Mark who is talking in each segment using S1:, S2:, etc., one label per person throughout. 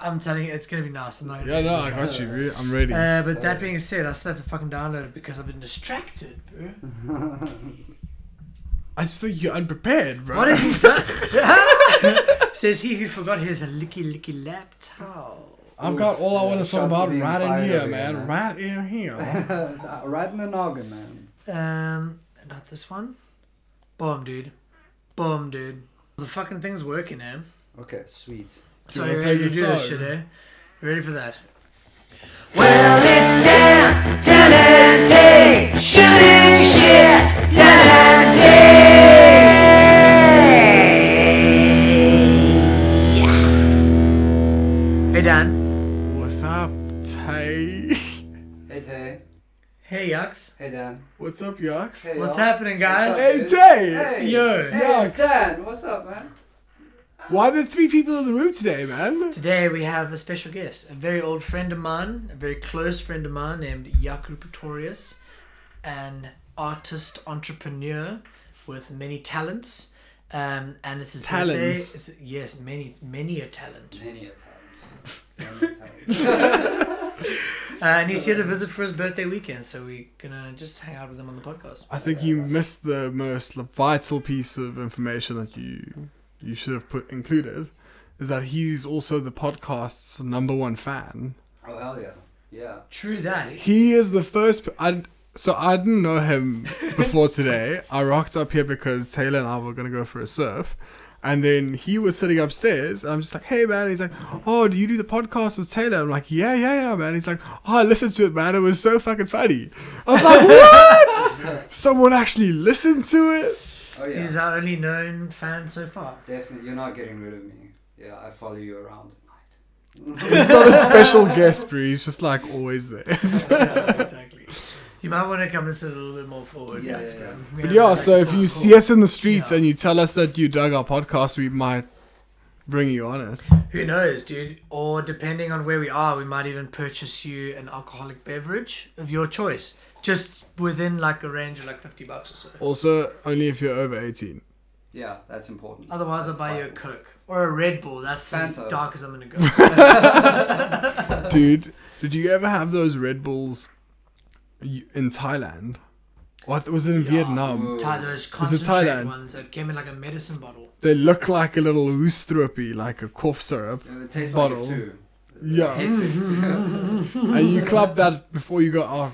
S1: I'm telling you, it's gonna be nice. I'm not gonna
S2: Yeah,
S1: be
S2: no, I got you, bro. I'm ready.
S1: Uh, but that being said, I still have to fucking download it because I've been distracted, bro.
S2: I just think you're unprepared, bro.
S1: What have you done? Says he who forgot his licky licky lap towel.
S2: I've got all I
S3: Oof,
S2: want
S3: yeah,
S2: to
S3: shots
S2: talk
S3: are
S2: about
S3: being
S2: right in
S3: fired
S2: here,
S3: over
S2: man.
S3: here, man.
S2: Right in here.
S3: right in the noggin, man.
S1: Um, not this one. Bomb, dude. Bomb, dude. The fucking thing's working, eh?
S3: Okay, sweet.
S1: So
S2: wanna
S1: you
S2: play
S1: ready to
S2: the
S1: do this
S2: song?
S1: shit, eh? You ready for that? Well, it's Dan, Danante, shilling shit, Hey, Dan.
S2: What's up, Tay?
S3: Hey, Tay.
S1: Hey, Yucks.
S3: Hey, Dan.
S2: What's up, Yux?
S3: Hey,
S1: What's
S3: y'all.
S1: happening, guys?
S3: What's up,
S2: Hey,
S3: dude?
S2: Tay!
S3: Hey.
S1: Yo.
S3: Hey, it's
S2: Yucks.
S3: Dan. What's up, man?
S2: Why are there three people in the room today, man?
S1: Today we have a special guest, a very old friend of mine, a very close friend of mine named Jakub Pretorius, an artist entrepreneur with many talents. Um, and it's his birthday.
S2: Talents.
S1: It's, yes, many, many a talent.
S3: Many a time. Many a time.
S1: Uh, and he's here to visit for his birthday weekend, so we're gonna just hang out with him on the podcast.
S2: I think you missed the most vital piece of information that you you should have put included is that he's also the podcast's number one fan.
S3: Oh, hell yeah. Yeah.
S1: True that.
S2: He is the first. p- I so I didn't know him before today. I rocked up here because Taylor and I were gonna go for a surf, and then he was sitting upstairs, and I'm just like, "Hey man," he's like, "Oh, do you do the podcast with Taylor?" I'm like, "Yeah, yeah, yeah, man." He's like, "Oh, I listened to it, man. It was so fucking funny." I was like, "What? Someone actually listened to it?"
S3: Oh, yeah.
S1: He's our only known fan so far.
S3: Definitely. You're not getting rid of me. Yeah, I follow you around at night.
S2: He's not a special guest, Bree. He's just like always there.
S1: exactly. You might want to come and sit a little bit more forward.
S3: Yeah,
S1: Max,
S3: yeah,
S1: bro.
S3: yeah.
S1: We
S2: But
S1: have
S2: yeah,
S1: a-
S2: so if you
S1: Oh,
S2: see us in the streets
S1: Yeah.
S2: and you tell us that you dug our podcast, we might bring you on it.
S1: Who knows, dude? Or depending on where we are, we might even purchase you an alcoholic beverage of your choice, just within like a range of like fifty bucks or so.
S2: Also, only if you're over 18.
S3: Yeah, that's important.
S1: Otherwise, I'll buy you a Coke or a Red Bull. That's as
S3: Fanta.
S1: dark as I'm gonna go.
S2: Dude, did you ever have those Red Bulls y- in Thailand? Or th- was it in
S1: Yeah.
S2: Vietnam?
S1: Thai, those
S2: Was it
S1: concentrate
S2: Thailand?
S1: ones that came in like a medicine bottle.
S2: They look like a little oostruppy, like a cough syrup.
S3: Yeah, it tastes
S2: Bottle.
S3: like a two.
S2: Yeah. and you club that before you go out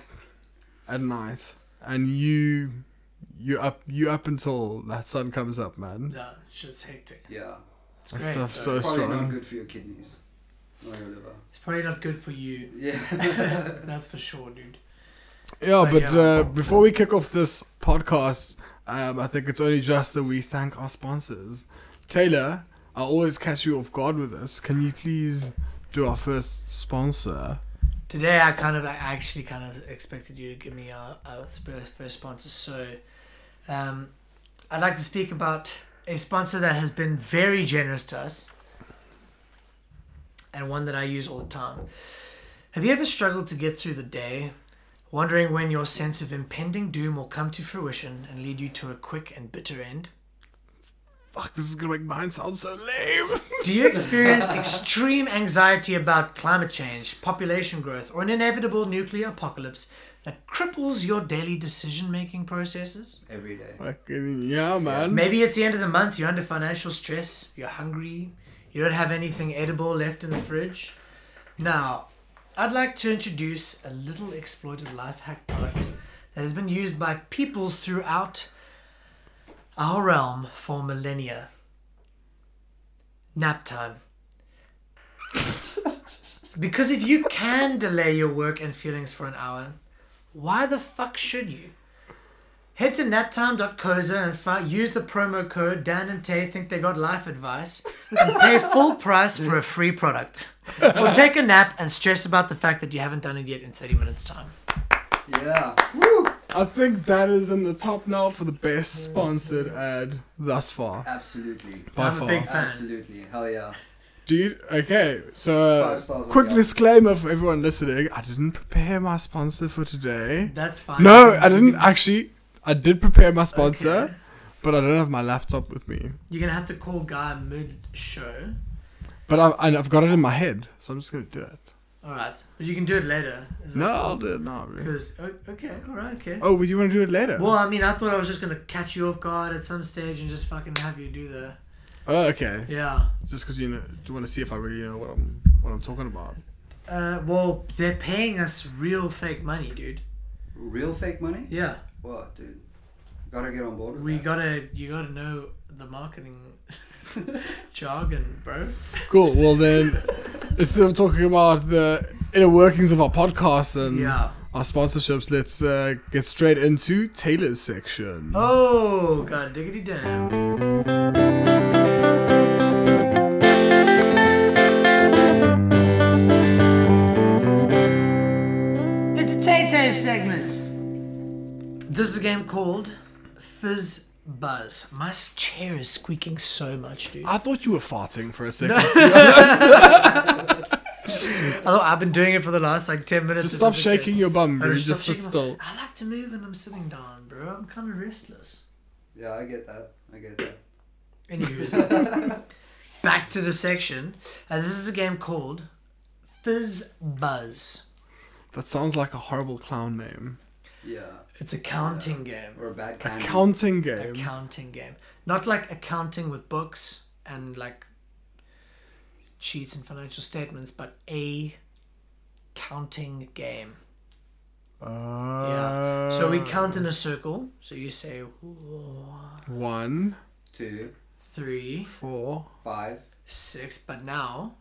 S2: at night. And you you up you up until that sun comes up, man.
S1: Yeah, shit's hectic.
S3: Yeah.
S1: It's
S2: That
S1: great.
S2: stuff's
S1: though.
S2: so
S3: Probably not
S2: strong.
S3: good for your kidneys. Or your liver.
S1: It's probably not good for you.
S3: Yeah.
S1: That's for sure, dude.
S2: Yeah,
S1: But
S2: but
S1: yeah.
S2: uh, before we kick off this podcast, um, I think it's only just that we thank our sponsors. Taylor, I always catch you off guard with this. Can you please do our first sponsor?
S1: Today, I kind of I actually kind of expected you to give me our, our sp- first sponsor. So, um, I'd like to speak about a sponsor that has been very generous to us, and one that I use all the time. Have you ever struggled to get through the day, wondering when your sense of impending doom will come to fruition and lead you to a quick and bitter end?
S2: Fuck, this is gonna make mine sound so lame.
S1: Do you experience extreme anxiety about climate change, population growth, or an inevitable nuclear apocalypse that cripples your daily decision making processes?
S3: Every day.
S2: Fucking yeah, man.
S1: Maybe it's the end of the month, you're under financial stress, you're hungry, you don't have anything edible left in the fridge. Now, I'd like to introduce a little exploited life hack product that has been used by peoples throughout our realm for millennia. Nap time. because if you can delay your work and feelings for an hour, why the fuck should you? Head to naptime.coza and fi- use the promo code Dan and Tay think they got life advice and pay full price for a free product. Or take a nap and stress about the fact that you haven't done it yet in 30 minutes time.
S3: Yeah.
S2: I think that is in the top now for the best sponsored ad thus far.
S3: Absolutely.
S2: By
S1: I'm a
S2: far.
S1: big fan.
S3: Absolutely. Hell yeah.
S2: Dude, okay, so
S3: Five stars on
S2: quick
S3: the app.
S2: disclaimer for everyone listening I didn't prepare my sponsor for today.
S1: That's fine.
S2: No,
S1: You can-
S2: I
S1: you
S2: didn't
S1: can-
S2: actually. I did prepare my sponsor,
S1: Okay.
S2: but I don't have my laptop with me.
S1: You're going to have to call Guy mid show.
S2: But I've, and I've got it in my head, so I'm just gonna do it.
S1: All right. But you can do it later. Is
S2: No,
S1: that
S2: I'll
S1: cool?
S2: do it now. Really.
S1: Because o- okay, all right, okay.
S2: Oh, well, you want to do it later?
S1: Well, I mean, I thought I was just gonna catch you off guard at some stage and just fucking have you do the
S2: Oh, okay.
S1: yeah.
S2: Just because you know, you want to see if I really know what I'm what I'm talking about.
S1: Uh, well, they're paying us real fake money, dude.
S3: Real fake money?
S1: Yeah,
S3: What, dude? Gotta get on board with
S1: we
S3: that.
S1: gotta you gotta know the marketing jargon, bro.
S2: Cool. Well, then instead of talking about the inner workings of our podcast and
S1: yeah.
S2: our sponsorships, let's uh, get straight into Taylor's section.
S1: Oh god, diggity damn. It's a Tay Tay segment. This is a game called Fizz Buzz. My s- chair is squeaking so much, dude.
S2: I thought you were farting for a second.
S1: Although I've been doing it for the last like ten minutes.
S2: Just
S1: It
S2: stop
S1: doesn't get-
S2: shaking your bum,
S1: I
S2: bro.
S1: just
S2: Just
S1: stop
S2: sit
S1: shaking
S2: still.
S1: my- I like to move when I'm sitting down, bro. I'm kind of restless.
S3: Yeah, I get that. I get that.
S1: Anywho, back to the section. Uh, this is a game called Fizz Buzz.
S2: That sounds like a horrible clown name.
S3: Yeah.
S1: It's a counting game.
S3: Or a bad
S2: A
S3: candy.
S2: counting
S1: A
S2: game.
S1: counting game. Not like accounting with books and like sheets and financial statements, but a counting game.
S2: Uh,
S1: Yeah. So we count in a circle. So you say one,
S2: One,
S3: Two,
S1: three,
S2: four.
S3: five.
S1: six. But now,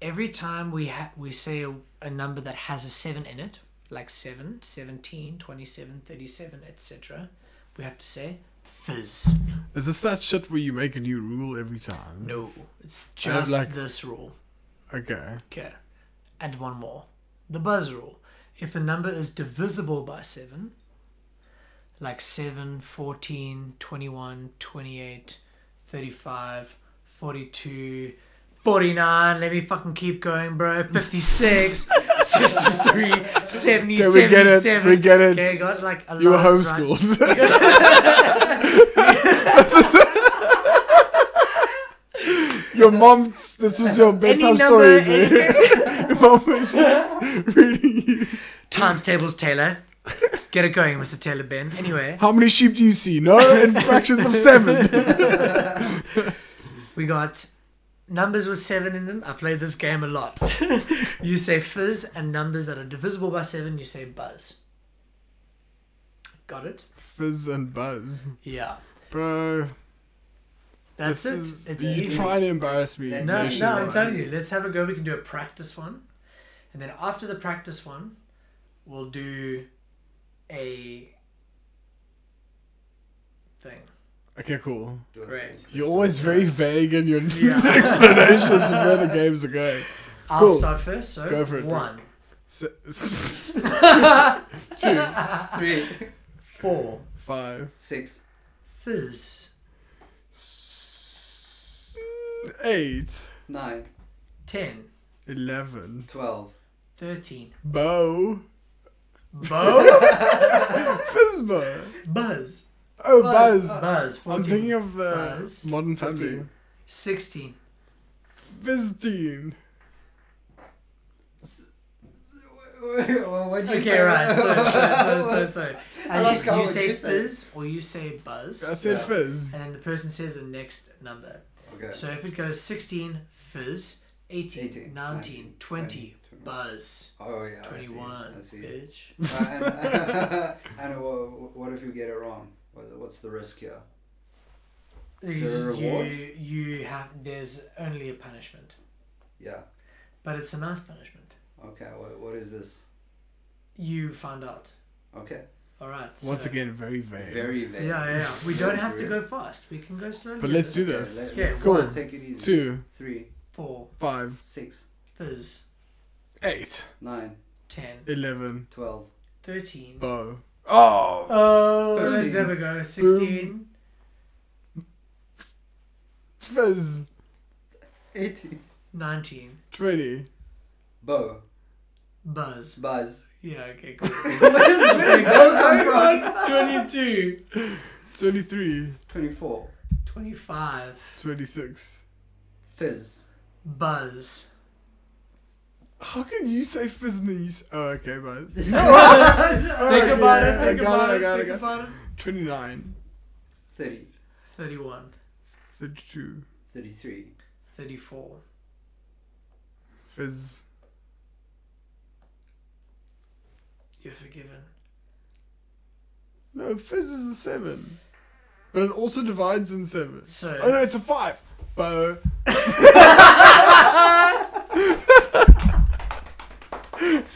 S1: every time we ha- we say a, a number that has a seven in it, like 7, 17, 27, 37, etc., we have to say fizz.
S2: Is this that shit where you make a new rule every time?
S1: No, it's
S2: I have,
S1: just
S2: like-
S1: this rule.
S2: Okay.
S1: Okay. And one more. The buzz rule. If a number is divisible by 7, like 7, 14, 21, 28, 35, 42, 49, let me fucking keep going, bro. 56, 63, 70,
S2: Okay, we get it,
S1: 77.
S2: we get it.
S1: Okay, got like a
S2: You were
S1: lot right.
S2: homeschooled. your mom, this was your
S1: Any
S2: bedtime
S1: number,
S2: story.
S1: any-
S2: dude. your mom was just reading you.
S1: Times tables, Taylor. Get it going, Mr. Taylor Ben. Anyway.
S2: How many sheep do you see? No, in fractions of seven.
S1: We got numbers with seven in them. I played this game a lot. you say fizz, and numbers that are divisible by seven, you say buzz. Got it?
S2: Fizz and buzz.
S1: Yeah.
S2: Bro,
S1: That's
S2: this
S1: it.
S2: is-
S1: it's
S2: you
S1: easy.
S2: trying to embarrass me.
S3: No,
S1: no,
S2: This
S3: Session
S1: no,
S2: shit.
S1: I'm
S3: one.
S1: telling you. Let's have a go. We can do a practice one. And then after the practice one, we'll do a thing.
S2: Okay, cool.
S3: Do it.
S1: Great.
S2: You're always very vague in your
S1: Yeah.
S2: explanations of where the games are going.
S1: I'll
S2: Cool.
S1: start first. So,
S2: Go for it, bro.
S1: one,
S2: Se- two,
S3: Three,
S1: four,
S2: five,
S3: six,
S1: fizz,
S2: s- eight,
S3: nine,
S1: ten,
S2: eleven.
S3: twelve.
S1: thirteen.
S2: Bow.
S1: Bo?
S2: Fizba.
S1: Buzz.
S2: Oh,
S3: Buzz.
S2: Buzz.
S1: Buzz. 14.
S2: I'm thinking of uh,
S1: Buzz.
S2: Modern Family.
S1: 16.
S2: Fizdeen.
S3: well, what'd you
S1: Okay,
S3: say?
S1: right. Sorry, sorry, sorry, sorry.
S3: I like
S1: And you,
S3: how
S1: you say
S3: you say-
S1: fizz or you say buzz,
S2: I said
S3: Yeah.
S2: Fizz.
S1: and then the person says the next number.
S3: Okay.
S1: So if it goes 16, fizz, 18, 19,
S3: 18, 19,
S1: 20,
S3: 20.
S1: buzz,
S3: Oh yeah, I see,
S1: 21,
S3: I see.
S1: bitch.
S3: Uh, and and what, what if you get it wrong? What- What's the risk here? Is there a reward?
S1: You, you have, there's only a punishment,
S3: Yeah.
S1: but it's a nice punishment.
S3: Okay. What, what is this?
S1: You find out.
S3: Okay.
S1: All right.
S2: Once
S1: so-
S2: again, very vague.
S3: Very
S1: Yeah,
S3: vague.
S1: yeah, yeah. We don't have to
S3: Very-
S1: go fast. We can go slowly.
S2: But let's do
S3: Okay,
S2: this.
S3: let-
S1: Yeah,
S3: let's-
S1: cool.
S3: let's take it easy.
S2: Two,
S3: Three,
S1: 4,
S2: five,
S3: six,
S1: fizz,
S2: eight,
S3: nine,
S1: 10,
S2: eleven.
S3: twelve.
S1: 13.
S2: Bow. Oh!
S1: Oh,
S3: Fizz.
S1: let's have a go. 16,
S2: Fizz.
S3: 18.
S1: 19,
S2: 20.
S3: Bo.
S1: buzz.
S3: Buzz.
S1: Yeah, okay, cool.
S3: what is
S1: Okay,
S3: where
S1: go,
S3: Bo
S1: go, go.
S3: come from?
S1: 22,
S2: 23.
S3: 24.
S1: 25,
S2: 26.
S3: Fizz.
S1: Buzz.
S2: How can you say fizz and then you? s oh, okay, but
S1: think about
S2: Oh, yeah,
S1: it. Think
S2: I got
S1: about
S2: it, I
S1: it.
S2: got it,
S1: think
S2: I
S1: about it.
S2: twenty nine,
S3: 30,
S1: 31,
S2: thirty two,
S3: 33.
S1: 34.
S2: fizz.
S1: You're forgiven.
S2: No, fizz is the seven, but it also divides in seven.
S1: So-
S2: oh no, it's a five. Bo.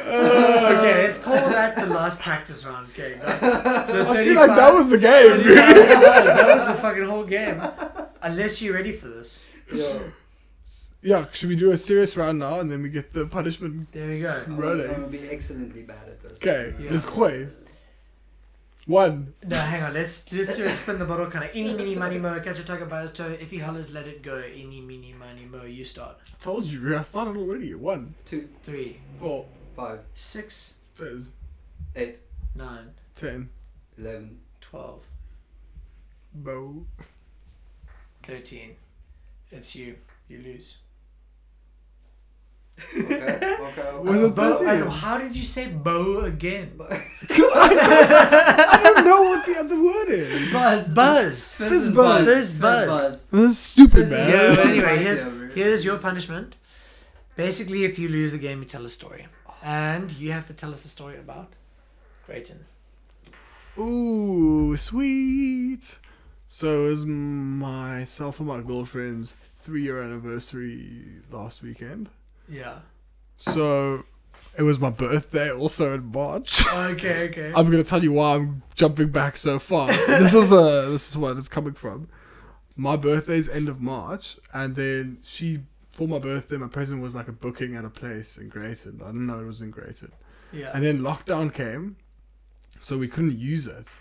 S1: okay, let's call that the last practice round game. right? So
S2: I feel like that
S1: 35
S2: was the game. dude.
S1: 35 hours, that was the fucking whole game. Unless you're ready for this.
S3: Yo,
S2: Yeah, should we do a serious round now and then we get the punishment?
S1: There we go.
S3: I'm,
S2: Rolling.
S3: I'm gonna be excellently bad at this.
S2: Okay,
S1: Yeah.
S2: let's play. One.
S1: No, hang on. Let's let's do a spin the bottle kind of. Any, mini, money, mo. Catch a tiger by his toe. If he hollers, let it go. Any, mini, money, mo. You start.
S2: Told you, I started already. One,
S3: Two,
S1: Three,
S2: four,
S3: five,
S1: six,
S2: fizz,
S3: eight,
S1: nine,
S2: ten,
S3: eleven,
S1: twelve,
S2: bow.
S1: thirteen. It's you. You lose.
S3: Okay, okay,
S2: Was
S3: okay.
S2: it-
S1: Bo,
S2: 13?
S1: I know, how did you say bow again?
S2: Because I, I don't know what the other word is.
S1: Buzz. Buzz.
S3: Fizz
S2: Fizz
S3: buzz.
S2: buzz.
S1: Fizz buzz.
S2: This is stupid,
S3: Fizz is-
S2: man.
S1: Yeah,
S3: Yeah,
S1: but anyway,
S3: right,
S1: here's,
S3: yeah, bro.
S1: here's your punishment. Basically, if you lose the game, you tell a story. And you have to tell us a story about Grayton.
S2: Ooh, sweet. So it was myself and my girlfriend's three-year anniversary last weekend.
S1: Yeah.
S2: So it was my birthday also in March.
S1: Okay, okay.
S2: I'm gonna tell you why I'm jumping back so far. this is uh this is where it's coming from. My birthday's end of March, and then she for my birthday, my present was like a booking at a place in Grayton. I didn't know it was in Grayton.
S1: yeah.
S2: And then lockdown came, so we couldn't use it.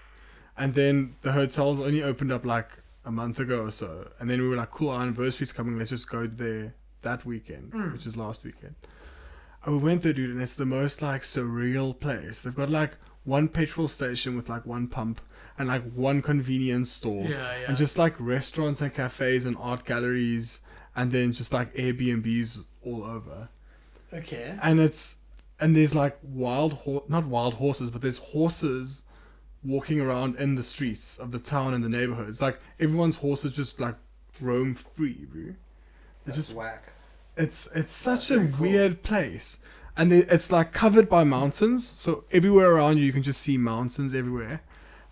S2: And then the hotels only opened up like a month ago or so. And then we were like, cool, our anniversary's coming. Let's just go there that weekend,
S1: Hmm.
S2: which is last weekend. And we went there, dude, and it's the most like surreal place. They've got like one petrol station with like one pump and like one convenience store.
S1: Yeah, yeah.
S2: And just like restaurants and cafes and art galleries and then just like Airbnbs all over
S1: Okay.
S2: and it's and there's like wild ho- not wild horses but there's horses walking around in the streets of the town and the neighborhoods like everyone's horses just like roam free bro.
S3: That's
S2: just-
S3: whack.
S2: it's it's such
S3: That's
S2: a
S3: very cool.
S2: weird place and it- it's like covered by mountains so everywhere around you you can just see mountains everywhere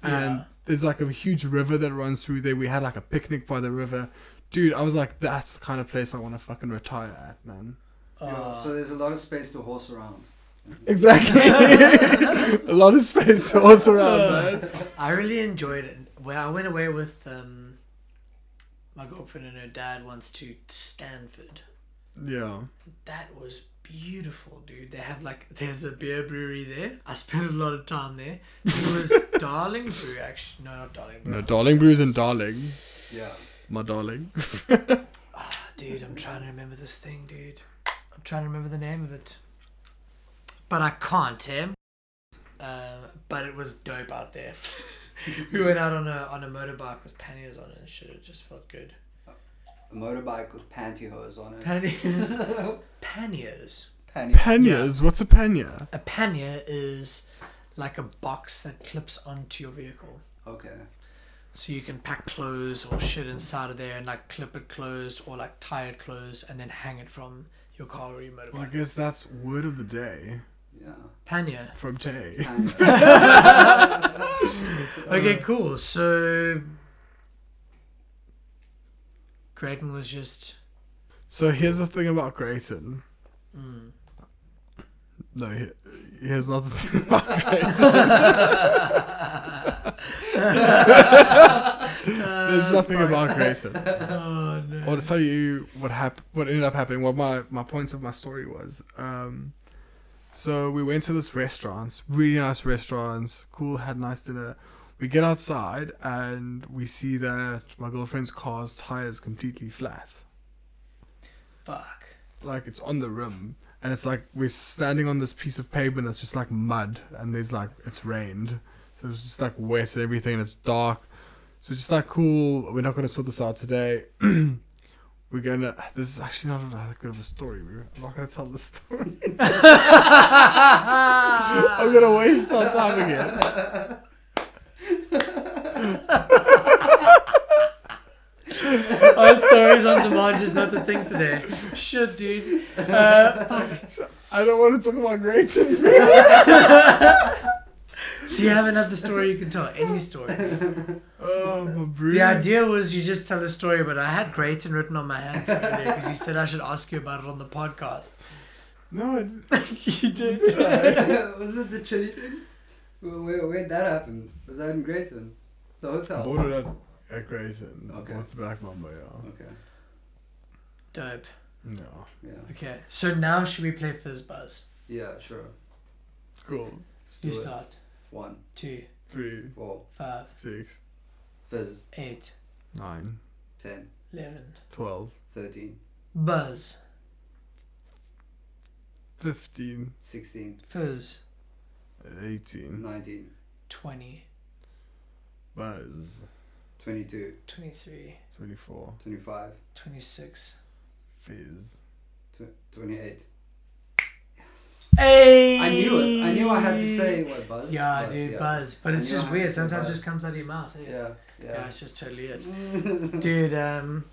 S2: and
S1: Yeah.
S2: there's like a huge river that runs through there we had like a picnic by the river dude i was like that's the kind of place i want to fucking retire at man
S3: Yo,
S1: Uh,
S3: so there's a lot of space to horse around.
S2: Exactly. a lot of space to horse
S1: Oh,
S2: around, man.
S1: I really enjoyed it. Well, I went away with um, my girlfriend and her dad once to Stanford.
S2: Yeah.
S1: That was beautiful, dude. They have like there's a beer brewery there. I spent a lot of time there. It was Darling Brew, actually. No, not Darling Brew.
S2: No, darling brews and darling.
S3: Yeah.
S2: My darling.
S1: Ah, dude, I'm trying to remember this thing, dude. I'm trying to remember the name of it, but I can't. Eh? Uh, but it was dope out there. we went out on a on a motorbike with panniers on and shit. It just felt good.
S3: A motorbike with pantyhose on it.
S1: Panniers. panniers.
S3: Panty.
S2: Panniers. What's a pannier?
S1: A pannier is like a box that clips onto your vehicle.
S3: Okay.
S1: So you can pack clothes or shit inside of there and like clip it closed or like tie it closed and then hang it from your car or your
S2: Well, I
S1: motorbike.
S2: guess that's word of the day
S3: Yeah.
S1: Pannier.
S2: from Tay.
S3: Panty.
S2: Uh,
S1: Okay, cool. So Creighton was just
S2: So here's the thing about Grayson.
S1: Hmm.
S2: No, he- here's not the thing about Grayson. There's nothing about Grayson.
S1: Oh no.
S2: I'll tell you what hap- what ended up happening. What my, my points of my story was. Um, so we went to this restaurant, really nice restaurant, cool, had nice dinner. We get outside and we see that my girlfriend's car's tire is completely flat.
S1: fuck.
S2: Like it's on the rim. And it's like we're standing on this piece of pavement that's just like mud and there's like it's rained. So it's just like wet and everything and it's dark. So just like cool, we're not gonna sort this out today. We're gonna. This is actually not that good of a story. We're I'm not gonna tell the story. I'm gonna waste our time again.
S1: Our stories on demand is not the thing today. Shit, dude. Uh,
S2: I don't want to talk about grades.
S1: do you have another story you can tell? Any story.
S2: oh, my
S1: The
S2: brain.
S1: idea was you just tell a story, but I had Grayton written on my hand because you said I should ask you about it on the podcast.
S2: No, it,
S1: you did.
S3: was it the chili thing? Where, where, where'd that happen? Was that in Grayton? The
S2: I
S3: hotel?
S2: bought it at, at Grayson.
S3: Okay.
S2: Bought the black mamba, yeah.
S3: Okay,
S1: Dope.
S2: No.
S3: yeah.
S1: Okay, so now should we play Fizz Buzz?
S3: Yeah, sure.
S2: Cool.
S3: Let's
S1: You
S3: do it.
S1: start.
S3: One,
S1: Two,
S2: Three,
S3: four,
S1: five,
S2: six,
S3: fizz,
S1: eight,
S2: nine,
S3: ten,
S1: eleven.
S2: twelve,
S3: thirteen,
S1: Buzz.
S2: fifteen,
S3: sixteen,
S1: Fizz.
S2: eighteen.
S3: nineteen,
S1: 20,
S2: Buzz.
S3: twenty-two,
S1: 23,
S2: Twenty-four.
S3: twenty-five,
S1: 26.
S2: Fizz.
S3: tw- twenty-eight.
S1: Hey!
S3: I knew it. I knew I had to say what buzz.
S1: Yeah,
S3: was,
S1: dude,
S3: yeah.
S1: Buzz. But
S3: I
S1: it's
S3: knew I
S1: just
S3: had to
S1: weird.
S3: say
S1: Sometimes it
S3: Buzz.
S1: just comes out of your mouth. eh?
S3: Yeah,
S1: yeah.
S3: yeah.
S1: it's just totally it. Dude, um.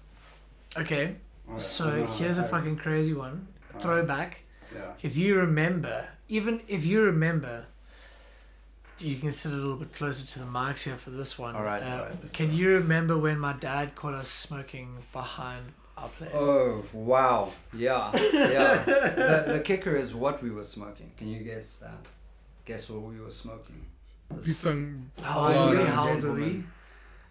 S1: Okay,
S3: Alright, I
S1: so
S3: know how
S1: here's a
S3: that happened.
S1: fucking crazy one.
S3: Alright,
S1: Throwback.
S3: Yeah.
S1: If you remember, even if you remember, you can sit a little bit closer to the marks here for this one.
S3: All right,
S1: Uh,
S3: all right, that's
S1: can
S3: fine.
S1: you remember when my dad caught us smoking behind our place?
S3: Oh wow! Yeah, yeah. the, the kicker is what we were smoking. Can you guess that? Guess what we were smoking? This
S2: Pisang.
S1: how old were
S2: Oh,
S1: we?
S2: no.
S1: How old were we?
S3: Gentleman.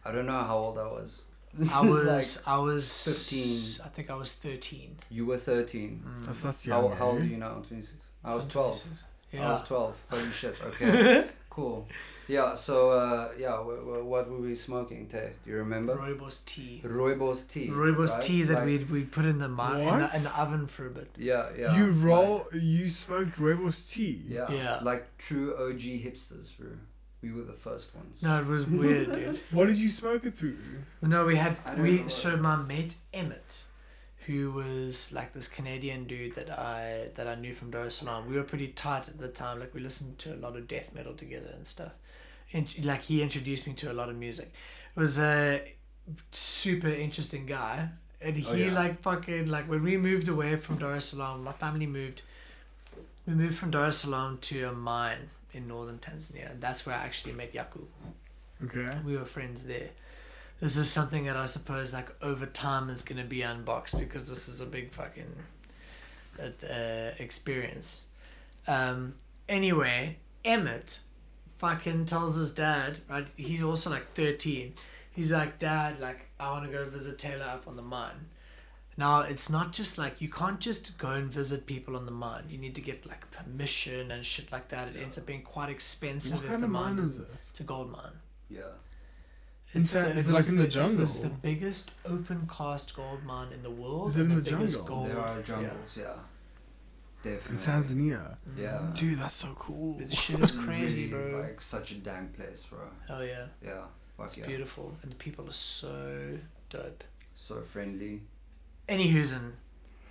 S3: I don't know how old I was.
S1: I
S3: It's
S1: was, I was
S3: 15.
S1: I think I was thirteen.
S3: You were thirteen.
S2: That's that's
S3: How,
S2: young.
S3: how old
S2: eh?
S3: are you now? Twenty six. I was
S1: I'm
S3: twelve.
S1: 26.
S3: I
S1: Yeah.
S3: was 12. Holy shit. Okay. cool. Yeah, so, uh, yeah, w- w- what were we smoking, Tay? Do you remember?
S1: Rooibos tea.
S3: Rooibos tea.
S1: Rooibos
S3: right?
S1: tea that
S3: Like-
S1: we'd we'd put in the, mar- in
S2: What?
S1: the in the oven for a bit.
S3: Yeah, yeah.
S2: You
S3: like-
S2: roll. You smoked Rebel's tea.
S3: yeah,
S1: Yeah.
S3: Like true OG hipsters, bro. We were the first ones.
S1: No, it was weird, dude.
S2: What did you smoke it through?
S1: No, we had
S3: I don't know
S1: we
S3: what-
S1: so my mate Emmett, who was like this Canadian dude that I that I knew from Dar es Salaam. We were pretty tight at the time. Like we listened to a lot of death metal together and stuff. And like he introduced me to a lot of music. It was a super interesting guy, and he
S3: Oh, yeah.
S1: like fucking like when we moved away from Dar es Salaam, my family moved. We moved from Dar es Salaam to a mine in northern Tanzania, and that's where I actually met Yaku
S2: Okay.
S1: we were friends there. This is something that I suppose like over time is gonna be unboxed because this is a big fucking uh, uh, experience. Um, anyway, Emmett fucking tells his dad, right? He's also like thirteen. He's like, Dad, like I want to go visit Taylor up on the mine. Now it's not just like you can't just go and visit people on the mine. You need to get like permission and shit like that. It ends up being quite expensive
S2: what
S1: if
S2: kind
S1: the
S2: of mine
S1: doesn't-
S2: is it?
S1: It's a gold mine.
S3: Yeah.
S2: It's
S1: the-
S2: that-
S1: it
S2: is it like
S1: was
S2: in the jungle?
S1: It was the biggest open cast gold mine in the world.
S2: Is it
S1: and
S2: in the
S1: biggest
S2: jungle?
S1: Gold.
S3: There are jungles, yeah.
S2: In
S3: Definitely.
S2: Tanzania.
S3: yeah.
S2: Dude, that's so cool.
S1: This shit is crazy,
S3: Really,
S1: bro.
S3: Like, such a dang place, bro.
S1: Oh yeah,
S3: Yeah. Fuck
S1: it's
S3: yeah.
S1: beautiful, and the people are so dope.
S3: So friendly.
S1: Anywhosen,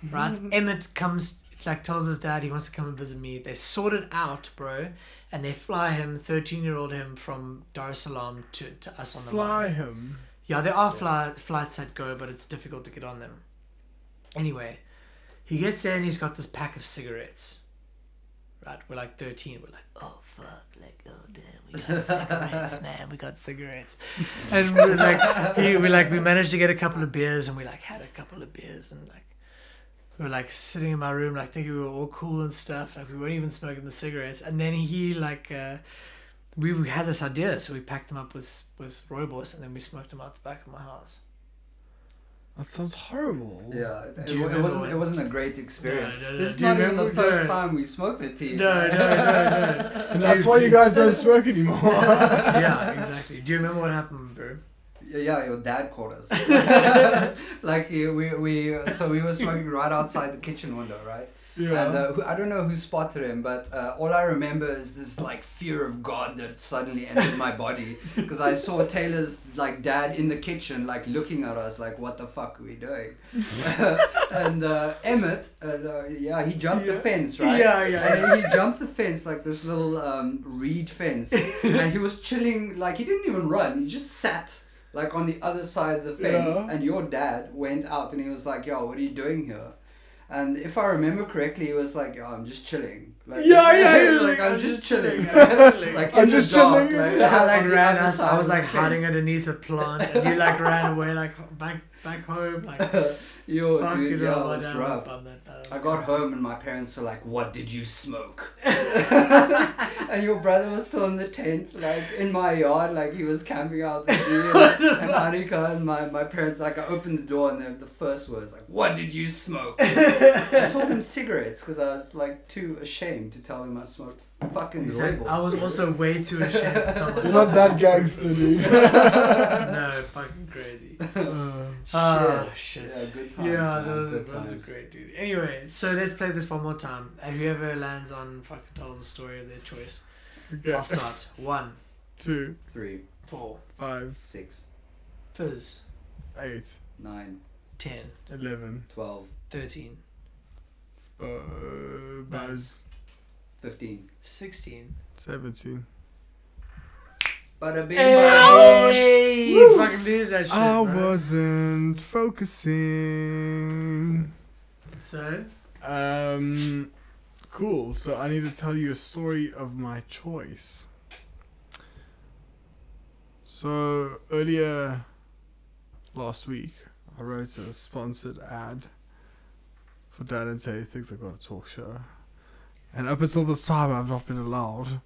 S2: Mm-hmm.
S1: right? Emmett comes, like, tells his dad he wants to come and visit me. They sort it out, bro, and they fly him, thirteen-year-old him, from Dar es Salaam to, to us on the
S2: Fly
S1: mine.
S2: him.
S1: Yeah, there are fly, flights that go, but it's difficult to get on them. Anyway, he gets there and he's got this pack of cigarettes. Right, we're like 13. We're like, oh, fuck. Like, oh, damn, we got cigarettes, man. We got cigarettes. And we're like, he, we like, we managed to get a couple of beers and we like had a couple of beers and like, we were like sitting in my room, like thinking we were all cool and stuff. Like, we weren't even smoking the cigarettes. And then he, like, uh, we we had this idea, so we packed them up with with rooibos, and then we smoked them out the back of my house.
S2: That sounds horrible.
S3: Yeah, it,
S1: Do you
S3: it,
S1: remember
S3: wasn't.
S1: when-
S3: It wasn't a great experience.
S1: No, no, no.
S3: This is
S1: Do you
S3: not even the
S1: remember- no.
S3: first time we smoked the tea.
S1: No, no, no, no.
S2: And that's why you guys don't smoke anymore.
S1: yeah, exactly. Do you remember what happened, bro?
S3: Yeah, yeah, your dad called us. like he- we, we so we were smoking right outside the kitchen window, right?
S2: Yeah.
S3: And uh, who- I don't know who spotted him, but uh, all I remember is this like fear of God that suddenly entered my body because I saw Taylor's like dad in the kitchen, like looking at us, like what the fuck are we doing? and uh, Emmett, uh, uh, yeah, he jumped the
S2: Yeah.
S3: fence, right?
S1: Yeah, yeah.
S3: And he jumped the fence, like this little um, reed fence, and he was chilling. Like he didn't even run; he just sat. Like on the other side of the fence,
S2: Yeah.
S3: and your dad went out and he was like, "Yo, what are you doing here?" And if I remember correctly, he was like, "Oh, I'm just chilling." Like,
S2: Yeah, yeah, he was
S3: like, I'm, just, chilling.
S1: I'm chilling.
S3: like
S2: I'm
S3: in
S2: just
S3: the dark,
S2: chilling.
S3: Like,
S1: I
S3: on
S1: like
S3: the
S1: ran
S3: other
S1: us.
S3: side
S1: I was
S3: of the
S1: like hiding
S3: fence.
S1: underneath a plant, and you like ran away, like back back home, like
S3: Yo,
S1: fuck
S3: dude,
S1: it
S3: yeah,
S1: all.
S3: it was
S1: That was
S3: rough.
S1: bummed that- uh, that was
S3: I got
S1: bummed.
S3: home and my parents were like, "What did you smoke?" and your brother was still in the tent, like in my yard, like he was camping out with me and, and Arika and my, my parents. Like I opened the door and the, the first words like, "What did you smoke?" I told them cigarettes because I was like too ashamed to tell them I smoked fucking
S1: He's like,
S3: Rebels.
S1: I was also way too ashamed to tell my
S2: You're not that gangster, dude.
S1: no, fucking crazy.
S2: Uh,
S1: Ah, shit.
S3: Yeah, good times.
S1: Yeah,
S3: man,
S1: those,
S3: good
S1: those are
S3: times.
S1: great, dude. Anyway, so let's play this one more time. And whoever lands on fucking tells the story of their choice.
S2: Okay.
S1: I'll start. One,
S2: Two,
S3: Three,
S1: four,
S2: five,
S3: six,
S1: fizz,
S2: eight,
S3: nine,
S1: ten,
S2: eleven,
S3: twelve,
S1: thirteen,
S2: uh, buzz,
S3: fifteen.
S1: sixteen.
S2: seventeen.
S3: Bada bing, bada boom.
S1: Hey!
S2: Woo!
S1: Fucking lose that shit.
S2: I
S1: bro.
S2: wasn't focusing.
S1: So,
S2: Um, cool. So I need to tell you a story of my choice. So earlier last week, I wrote a sponsored ad for Dan and Tay Thinks I've Got a Talk Show. And up until this time, I've not been allowed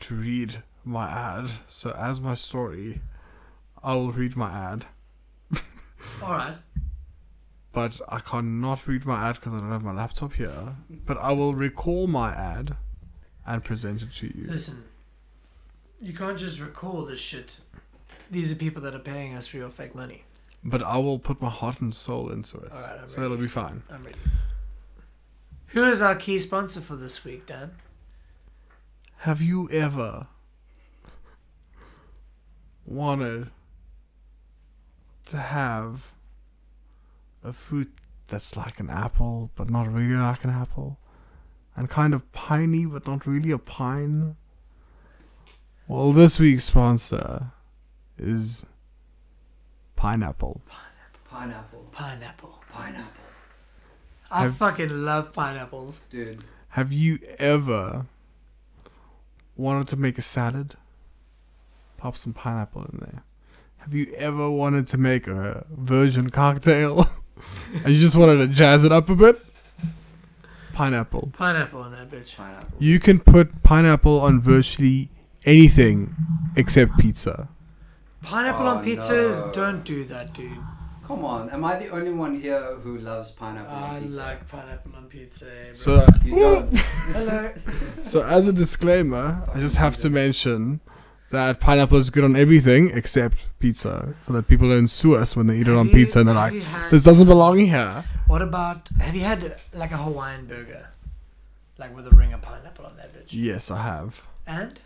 S2: to read my ad. So, as my story, I will read my ad.
S1: alright.
S2: but I cannot read my ad because I don't have my laptop here. But I will recall my ad and present it to you.
S1: Listen, you can't just recall this shit. These are people that are paying us real fake money.
S2: But I will put my heart and soul into it.
S1: All right, I'm
S2: so it'll
S1: ready.
S2: be fine.
S1: I'm ready. Who is our key sponsor for this week, Dan?
S2: Have you ever wanted to have a fruit that's like an apple, but not really like an apple? And kind of piney, but not really a pine? Well, this week's sponsor is pineapple.
S3: Pineapple.
S1: Pineapple.
S3: Pineapple.
S1: I
S2: Have-
S1: fucking love pineapples.
S3: Dude.
S2: Have you ever wanted to make a salad? Pop some pineapple in there. Have you ever wanted to make a virgin cocktail? and you just wanted to jazz it up a bit? Pineapple.
S1: Pineapple on that bitch.
S3: Pineapple.
S2: You can put pineapple on virtually anything except pizza.
S1: Pineapple
S3: Oh,
S1: on pizzas?
S3: no.
S1: Don't do that, dude.
S3: Come on, am I the only one here who loves pineapple
S1: I
S3: on pizza?
S1: like pineapple on pizza. Bro.
S2: So,
S3: You don't.
S1: hello.
S2: so as a disclaimer, I just have to mention that pineapple is good on everything except pizza, so that people don't sue us when they eat it on
S1: Have you-
S2: pizza and they're
S1: have
S2: like,
S1: you had-
S2: This doesn't belong here.
S1: What about? Have you had like a Hawaiian burger, like with a ring of pineapple on that bitch?
S2: Yes, I have.
S1: And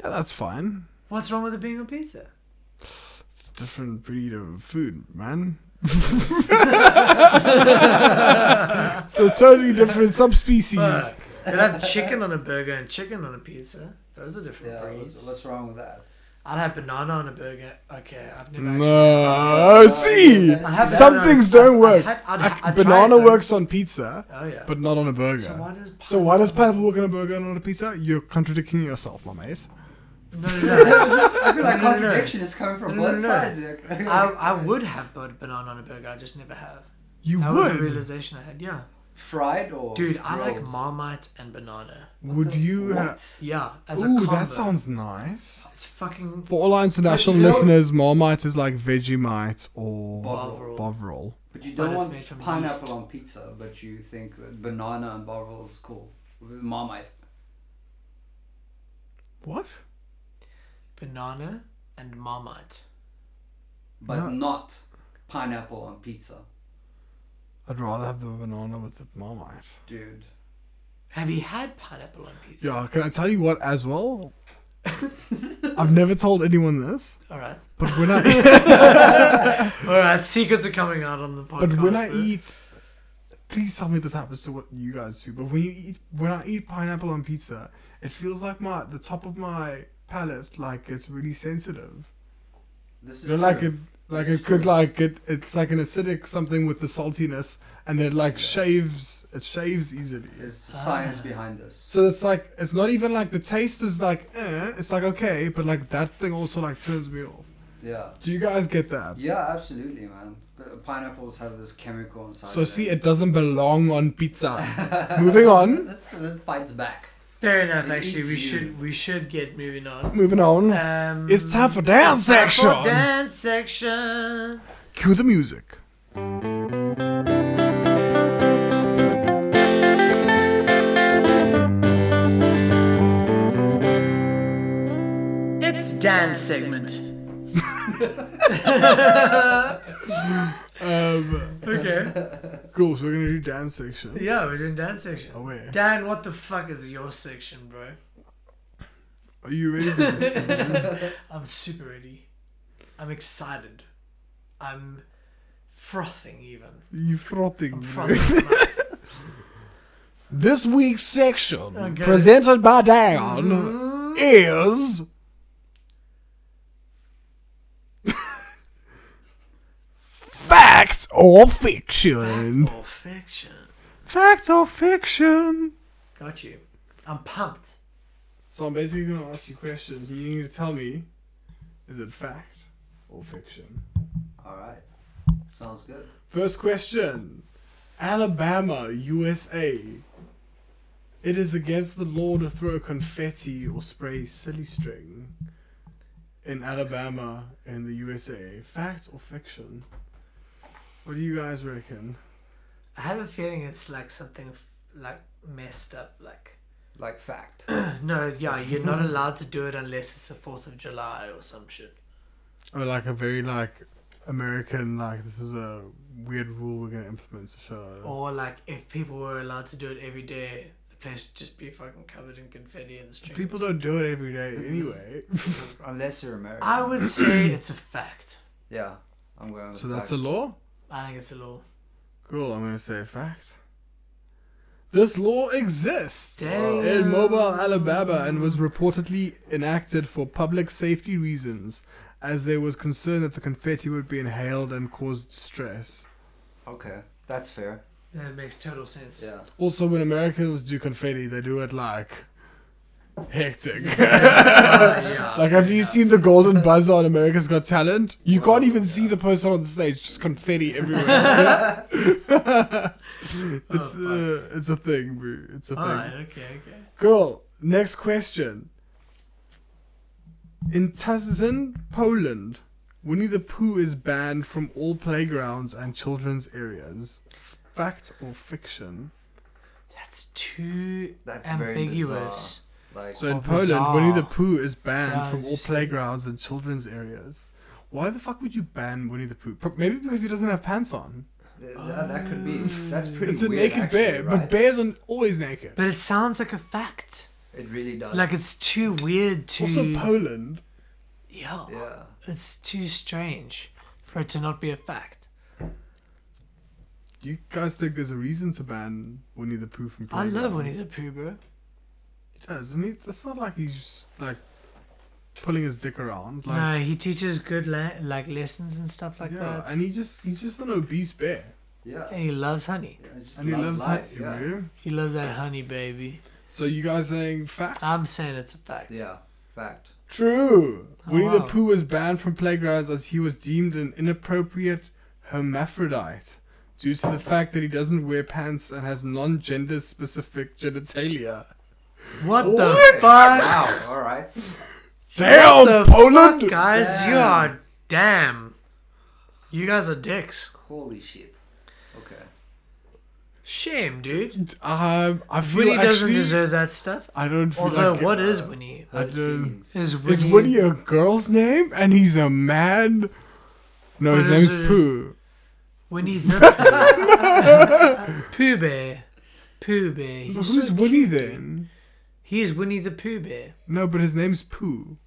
S2: Yeah, that's fine.
S1: what's wrong with it being on pizza?
S2: It's a different breed of food, man. it's a totally different subspecies.
S1: Fuck. They have chicken on a burger and chicken on a pizza. Those are different
S3: yeah,
S1: breeds.
S3: what's, what's wrong with that?
S1: I'll have banana on a burger. Okay, I've never.
S2: No, see,
S1: actually, I have
S2: some
S1: banana-
S2: things
S1: I've-
S2: don't
S1: I've
S2: work.
S1: had- I'd- I'd tried
S2: Banana
S1: them.
S2: works on pizza,
S1: Oh yeah.
S2: but not on a burger.
S1: so why does?
S2: So why does pineapple work on a burger and not on a pizza? You're contradicting yourself, my mate.
S1: No, no, no.
S3: I feel like
S1: No, no, no.
S3: contradiction is coming from
S1: No, no,
S3: both
S1: no.
S3: sides.
S1: I, I would have bought banana on a burger. I just never have.
S2: You
S1: That was a
S2: would.
S1: realization I had. Yeah,
S3: Fried or
S1: dude, I like
S3: rolled?
S1: Marmite and banana.
S2: Would you? Ha-
S3: What?
S1: Yeah, as a
S2: Ooh,
S1: combo.
S2: that sounds nice.
S1: It's fucking
S2: For all our international
S3: But you know-
S2: listeners, Marmite is like Vegemite or
S1: Bovril.
S2: Bovril.
S3: But you
S1: But
S3: don't
S1: it's
S3: want
S1: made from
S3: pineapple
S1: yeast.
S3: on pizza, but you think that banana and bovril is cool. With Marmite.
S2: What?
S1: banana and Marmite.
S3: But
S2: No.
S3: not pineapple on pizza.
S2: I'd rather have the banana with the marmite.
S3: dude.
S1: Have you had pineapple on pizza?
S2: Yeah, can I tell you what as well? I've never told anyone this,
S1: All right.
S2: but when I
S1: All right. Secrets are coming out on the podcast.
S2: but when I
S1: bro.
S2: eat, please tell me this happens to what you guys do. But when you eat, when I eat pineapple on pizza, it feels like my the top of my palate like it's really sensitive.
S3: This is
S2: You know, like
S3: true.
S2: it, like
S3: This
S2: it
S3: is
S2: could
S3: true.
S2: like it. It's like an acidic something with the saltiness, and then it like shaves. It shaves easily.
S3: There's
S1: Ah.
S3: science behind this.
S2: So it's like it's not even like the taste is like, eh, it's like okay, but like that thing also like turns me off.
S3: yeah.
S2: Do you guys get that?
S3: Yeah, absolutely, man. Uh, Pineapples have this chemical inside.
S2: So
S3: of
S2: see,
S3: it.
S2: it doesn't belong on pizza. moving on,
S3: That's that fights back.
S1: Fair enough.
S3: It
S1: Actually,
S3: eats
S1: we
S3: you.
S1: should we should get moving on.
S2: moving on.
S1: Um,
S2: it's time for dance
S1: time
S2: section.
S1: for dance section.
S2: Cue the music.
S1: It's dance segment.
S2: Um,
S1: Okay.
S2: cool. So we're gonna do dance section.
S1: Yeah, we're doing dance section.
S2: Oh wait,
S1: Dan, what the fuck is your section, bro?
S2: are you ready for this?
S1: I'm super ready. I'm excited. I'm frothing even.
S2: you frothing.
S1: I'm
S2: bro.
S1: frothing. this month.
S2: This week's section,
S1: Okay.
S2: presented by Dagon, Mm-hmm. is. Fact or fiction?
S1: Oh, fiction.
S2: Fact or fiction?
S1: Got you. I'm pumped.
S2: So I'm basically going to ask you questions, and you're going to tell me is it fact or fiction?
S3: All right. Sounds good.
S2: First question Alabama, USA. It is against the law to throw confetti or spray silly string in Alabama in the USA. Fact or fiction? What do you guys reckon?
S1: I have a feeling it's like something f- like messed up. Like
S3: Like fact.
S1: no, yeah, you're not allowed to do it unless it's the Fourth of July or some shit.
S2: Oh, like a very like American like this is a weird rule we're gonna implement to show.
S1: Or like if people were allowed to do it every day, the place would just be fucking covered in confetti and string.
S2: People don't do it every day anyway.
S3: Unless you're American.
S1: I would say it's a fact.
S3: Yeah, I'm going. With
S2: so that's a
S3: fact.
S2: law.
S1: I think it's a law.
S2: Cool, I'm gonna say a fact. This law exists
S1: Damn.
S2: in Mobile, Alabama, and was reportedly enacted for public safety reasons, as there was concern that the confetti would be inhaled and cause distress.
S3: Okay, that's fair.
S1: That makes total sense.
S3: Yeah.
S2: Also, when Americans do confetti, they do it like hectic.
S1: yeah.
S2: like, have you seen the golden buzzer on America's Got Talent? You can't even see the person on the stage; just confetti everywhere. it's uh, it's a thing, bro. It's a thing.
S1: Alright, okay, okay.
S2: Cool. Next question. In Tuzin, Poland, Winnie the Pooh is banned from all playgrounds and children's areas. Fact or fiction?
S1: That's too
S3: That's very
S1: ambiguous.
S3: Like
S2: So in
S1: Oh,
S2: Poland,
S1: bizarre.
S2: Winnie the Pooh is banned
S1: Yeah,
S2: from
S1: you
S2: all
S1: see.
S2: playgrounds and children's areas. Why the fuck would you ban Winnie the Pooh? Pro- Maybe because he doesn't have pants on.
S3: th- that, that could be. That's pretty.
S2: It's a
S3: weird,
S2: naked
S3: actually,
S2: bear,
S3: right?
S2: but bears are always naked.
S1: But it sounds like a fact.
S3: It really does.
S1: Like it's too weird to
S2: also, Poland.
S1: yeah,
S3: yeah.
S1: It's too strange for it to not be a fact.
S2: Do you guys think there's a reason to ban Winnie the Pooh from
S1: I
S2: playgrounds?
S1: love Winnie the Pooh, bro.
S2: does, and he, it's not like he's just, like pulling his dick around. Like,
S1: no, he teaches good la- like lessons and stuff like
S2: yeah,
S1: that.
S2: and he just he's just an obese bear,
S3: Yeah.
S1: And he loves honey.
S3: Yeah, it just
S2: and he loves life.
S3: yeah.
S1: He loves that honey, baby.
S2: So you guys saying fact?
S1: I'm saying it's a fact.
S3: Yeah. Fact.
S2: True.
S1: Oh,
S2: Winnie the
S1: wow.
S2: Pooh was banned from playgrounds as he was deemed an inappropriate hermaphrodite due to the fact that he doesn't wear pants and has non-gender specific genitalia.
S1: What the
S2: What?
S1: fuck?
S3: Wow. All right.
S2: Damn,
S1: the
S2: Poland!
S1: fuck, guys, you
S3: Damn.
S1: are damn. You guys are dicks.
S3: Holy shit. Okay.
S1: Shame, dude.
S2: Um, I feel
S1: Winnie doesn't
S2: actually.
S1: deserve that stuff.
S2: I don't feel
S1: Although,
S2: like.
S1: what is Winnie?
S2: I
S3: Hurt
S2: don't-
S3: feelings.
S1: Is Winnie?
S2: Is Woody a girl's name and he's a man? No,
S1: What
S2: his
S1: is
S2: name's
S1: it?
S2: Pooh.
S1: Winnie the Pooh. Pooh Bear. Pooh Bear.
S2: But
S1: He's,
S2: who's Winnie then?
S1: he is Winnie the Pooh Bear.
S2: No, but his name's Pooh.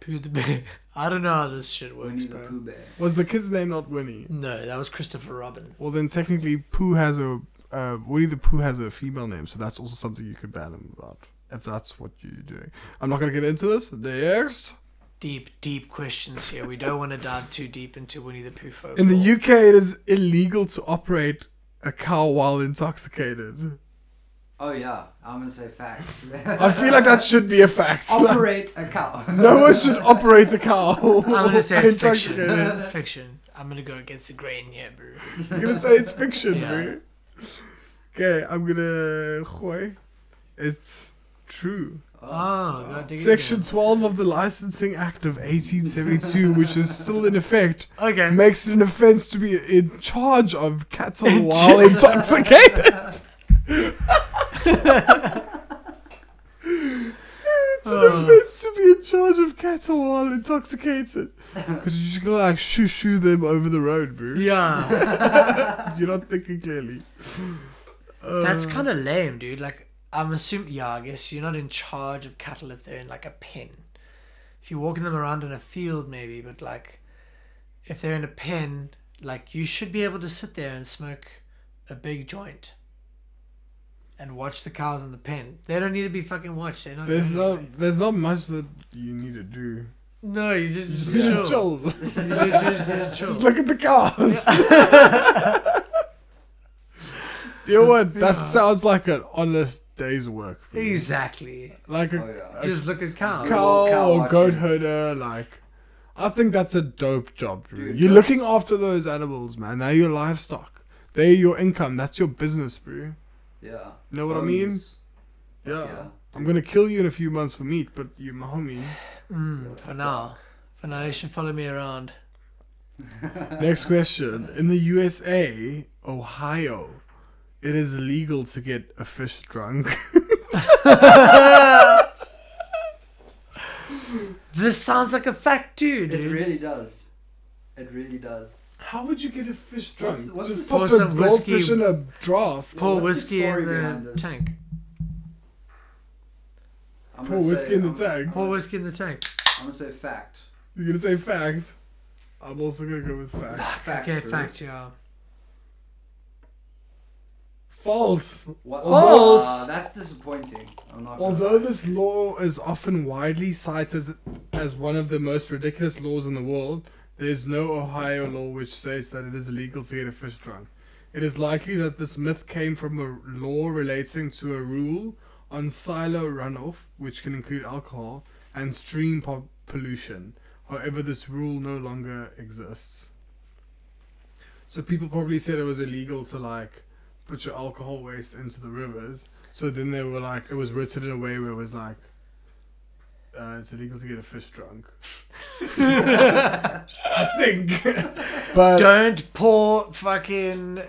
S1: Pooh the Bear. I don't know how this shit works,
S3: Winnie the
S1: bro.
S3: Pooh Bear.
S2: Was the kid's name not Winnie?
S1: No, that was Christopher Robin.
S2: Well, then technically Pooh has a uh, Winnie the Pooh has a female name, so that's also something you could ban him about if that's what you're doing. I'm not gonna get into this. Next,
S1: Deep, deep questions here. We don't want to dive too deep into Winnie the Pooh folk.
S2: in the UK, it is illegal to operate a cow while intoxicated.
S3: Oh yeah, I'm gonna say fact.
S2: I feel like that should be a fact. Like,
S3: Operate a cow.
S2: no one should operate a cow.
S1: I'm gonna say it's
S2: intoxicated.
S1: fiction. fiction. I'm gonna go against the grain here, bro.
S2: I'm gonna say it's fiction,
S1: Yeah.
S2: bro. Okay, I'm gonna. Gooi. It's true.
S1: Oh,
S2: Ah,
S1: god, dig it
S2: Section 12 of the Licensing Act of 1872, which is still in effect,
S1: again. Okay.
S2: makes it an offense to be in charge of cattle while intoxicated. it's an
S1: Oh.
S2: offense to be in charge of cattle while intoxicated. Because you're just gonna like shoo shoo them over the road, bro.
S1: Yeah,
S2: You're not thinking clearly.
S1: that's
S2: Mm.
S1: kind of lame, dude. Like, I'm assuming, yeah, I guess you're not in charge of cattle if they're in like a pen. If you're walking them around in a field, maybe, but like, if they're in a pen, like, you should be able to sit there and smoke a big joint and watch the cows in the pen. They don't need to be fucking watched. They're not.
S2: There's
S1: doing
S2: not
S1: anything.
S2: there's not much that you need to do.
S1: No, you just,
S2: You
S1: just,
S2: just need to
S1: chill.
S2: chill.
S1: You just, need to chill.
S2: Just look at the cars. you know what? That
S1: Yeah.
S2: sounds like an honest day's work. really.
S1: Exactly.
S2: Like
S3: Oh
S2: a
S3: yeah.
S1: Just look at cows.
S2: cow,
S3: Cow
S2: or goat
S3: watching.
S2: herder. Like, I think that's a dope job. Bro.
S3: Dude,
S2: you're
S3: that's-
S2: looking after those animals, man. They're your livestock. They're your income. That's your business, bro.
S3: Yeah.
S2: Know what I
S3: Bones.
S2: mean? Yeah.
S3: Yeah.
S2: I'm gonna kill you in a few months for meat, but you, my homie.
S1: Mm, for now. For now, you should follow me around.
S2: Next question. In the USA, Ohio, it is illegal to get a fish drunk.
S1: This sounds like a fact too,
S3: It
S1: dude.
S3: really does. It really does.
S2: How would you get a fish
S3: What's- what's
S2: Just
S3: the-
S2: pop
S1: Pour
S2: a
S1: some whiskey.
S2: goldfish in a draft.
S1: Pour
S3: What's the
S1: whiskey
S3: story
S1: in
S3: behind
S1: the
S3: this?
S1: tank.
S3: I'm
S2: Pour
S3: gonna
S2: whiskey
S3: say-
S2: in the
S3: I'm-
S2: tank.
S1: Pour whiskey in the tank.
S3: I'm gonna say fact.
S2: You're gonna say facts. I'm also gonna go with facts.
S3: Fact.
S1: Okay,
S3: bro.
S1: fact, yeah.
S2: False.
S3: What?
S1: False.
S3: Ah, that's disappointing. I'm not. gonna-
S2: Although this law is often widely cited as, as one of the most ridiculous laws in the world, there is no Ohio law which states that it is illegal to get a fish drunk. It is likely that this myth came from a law relating to a rule on silo runoff, which can include alcohol, and stream po- pollution. However, this rule no longer exists. So people probably said it was illegal to like put your alcohol waste into the rivers. So then they were like, it was written in a way where it was like, uh, it's illegal to get a fish drunk. I think, but
S1: Don't pour fucking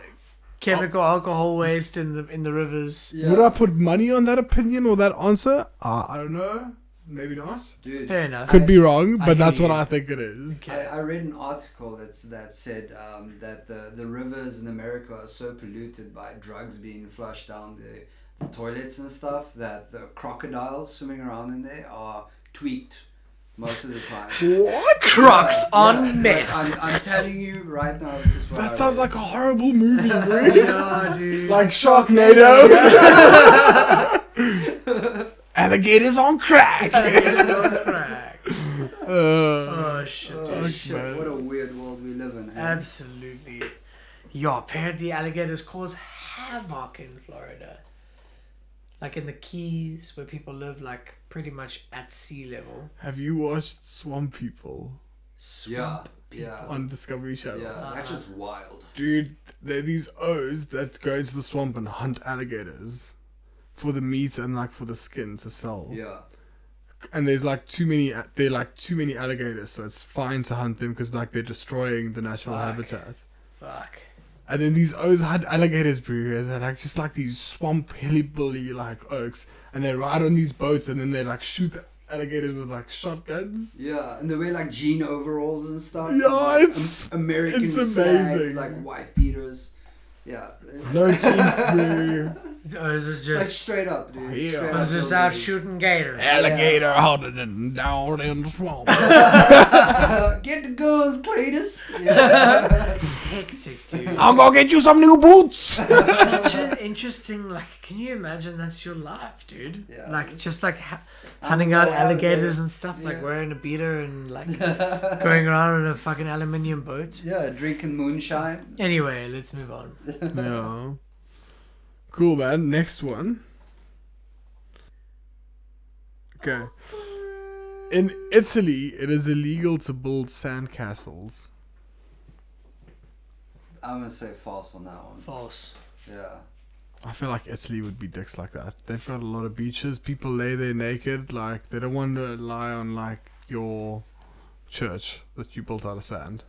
S1: chemical alcohol waste in the in the rivers.
S3: Yeah.
S2: would I put money on that opinion or that answer? Uh, I don't know. Maybe not.
S3: Dude.
S1: Fair enough.
S2: Could be wrong,
S1: I
S2: but that's
S1: hear
S2: what
S1: you.
S2: I think it is.
S1: Okay.
S3: I, I read an article that's, that said um, that the, the rivers in America are so polluted by drugs being flushed down the, the toilets and stuff that the crocodiles swimming around in there are tweaked most of the time.
S2: What?
S1: Crocs
S3: Yeah,
S1: on
S3: yeah,
S1: meth.
S3: I'm, I'm telling you right now, this is what I
S2: That sounds
S3: read.
S2: like a horrible movie, bro.
S1: yeah, dude.
S2: like Sharknado. Alligators on crack.
S1: crack.
S2: Uh,
S1: Oh shit. dude.
S3: Oh,
S2: like,
S3: shit,
S2: man.
S3: what a weird world we live in. eh?
S1: Absolutely. Yeah, apparently alligators cause havoc in Florida. Like in the Keys, where people live like pretty much at sea level.
S2: Have you watched Swamp People
S3: yeah,
S1: Swamp.
S3: yeah,
S2: on Discovery Channel?
S3: yeah. That's just wild.
S2: Dude, they're these O's that go into the swamp and hunt alligators for the meat and like for the skin to sell.
S3: Yeah,
S2: And there's like too many, they're like too many alligators, so it's fine to hunt them because like they're destroying the natural
S1: Fuck.
S2: habitat.
S1: Fuck.
S2: And then these oaks had alligators, bro, and they're like just like these swamp hilly billy like oaks, and they ride on these boats, and then they like shoot the alligators with like shotguns.
S3: Yeah, and they wear like jean overalls and stuff.
S2: Yeah,
S3: like, Am-
S2: it's-
S3: American
S2: it's
S3: flag,
S2: amazing.
S3: like wife beaters. Yeah,
S2: No teeth, really.
S1: I was just,
S3: like straight up, dude.
S2: Yeah.
S3: Straight
S1: I was
S3: up
S1: just out
S3: hillbilly.
S1: shooting gators.
S2: Alligator hunted and down in the swamp.
S3: Get the girls, Cletus. Yeah.
S1: Hectic, dude.
S2: I'm gonna get you some new boots.
S1: Such an interesting. Like, can you imagine that's your life, dude?
S3: Yeah.
S1: Like, just like ha- hunting out alligators,
S3: Hunting out alligators.
S1: and stuff. Like
S3: Yeah.
S1: wearing a beater and like going around in a fucking aluminium boat.
S3: yeah, drinking moonshine.
S1: Anyway, let's move on.
S2: yeah. Cool, man. Next one. Okay. In Italy, it is illegal to build sandcastles.
S3: I'm gonna say false on that one.
S1: False.
S3: Yeah.
S2: I feel like Italy would be dicks like that. They've got a lot of beaches. People lay there naked. Like they don't want to rely on like your church that you built out of sand.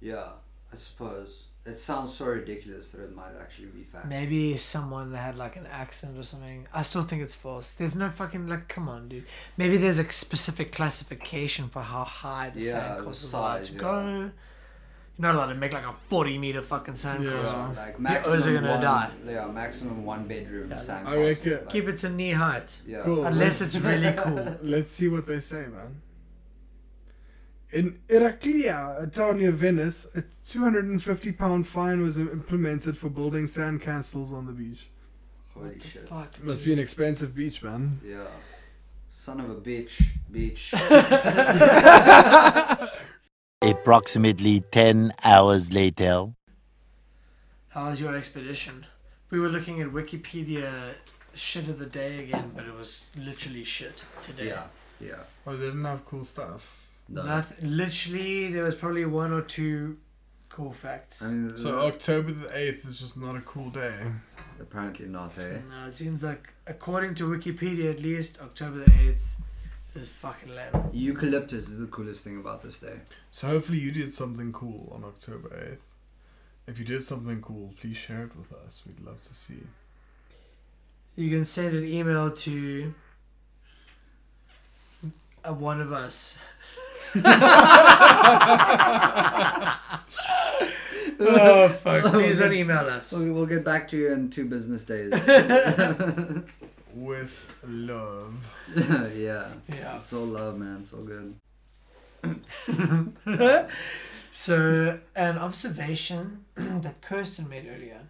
S3: Yeah, I suppose. It sounds so ridiculous that it might actually be fact.
S1: Maybe someone that had like an accent or something. I still think it's false. There's no fucking like, come on, dude. Maybe there's a specific classification for how high the
S3: Yeah,
S1: sand
S3: the
S1: course is allowed
S3: size,
S1: to
S3: yeah.
S1: go. You're not allowed to make like a forty meter fucking sand
S2: Yeah.
S1: course.
S3: Yeah,
S1: or is
S3: like
S1: it
S3: maximum
S1: gonna
S3: one,
S1: die?
S3: Yeah, maximum one bedroom
S1: Yeah.
S3: sand.
S2: I reckon-
S3: castle, like,
S1: Keep it to knee height,
S3: Yeah.
S2: Cool.
S1: unless it's really cool.
S2: Let's see what they say, man. In Heraclea, a town near Venice, a 250 pound fine was im- implemented for building sand castles on the beach.
S3: Holy shit.
S1: Fuck.
S2: Must be an expensive beach, man.
S3: Yeah. Son of a bitch, bitch.
S4: Approximately 10 hours later.
S1: How was your expedition? We were looking at Wikipedia shit of the day again, but it was literally shit today.
S3: yeah. Yeah.
S2: Oh, they didn't have cool stuff.
S3: No.
S1: Noth- literally, there was probably one or two cool facts.
S3: I mean, uh,
S2: So October the 8th is just not a cool day.
S3: apparently not, eh?
S1: No, it seems like, according to Wikipedia at least, October the 8th is fucking lame.
S3: Eucalyptus is the coolest thing about this day.
S2: So hopefully you did something cool on October 8th. If you did something cool, please share it with us. We'd love to see.
S1: You can send an email to uh, one of us. oh, fuck. Please don't email us.
S3: We'll, we'll get back to you in two business days.
S2: With love.
S3: yeah.
S1: Yeah.
S3: It's all love, man. It's all good.
S1: So, an observation that Kirsten made earlier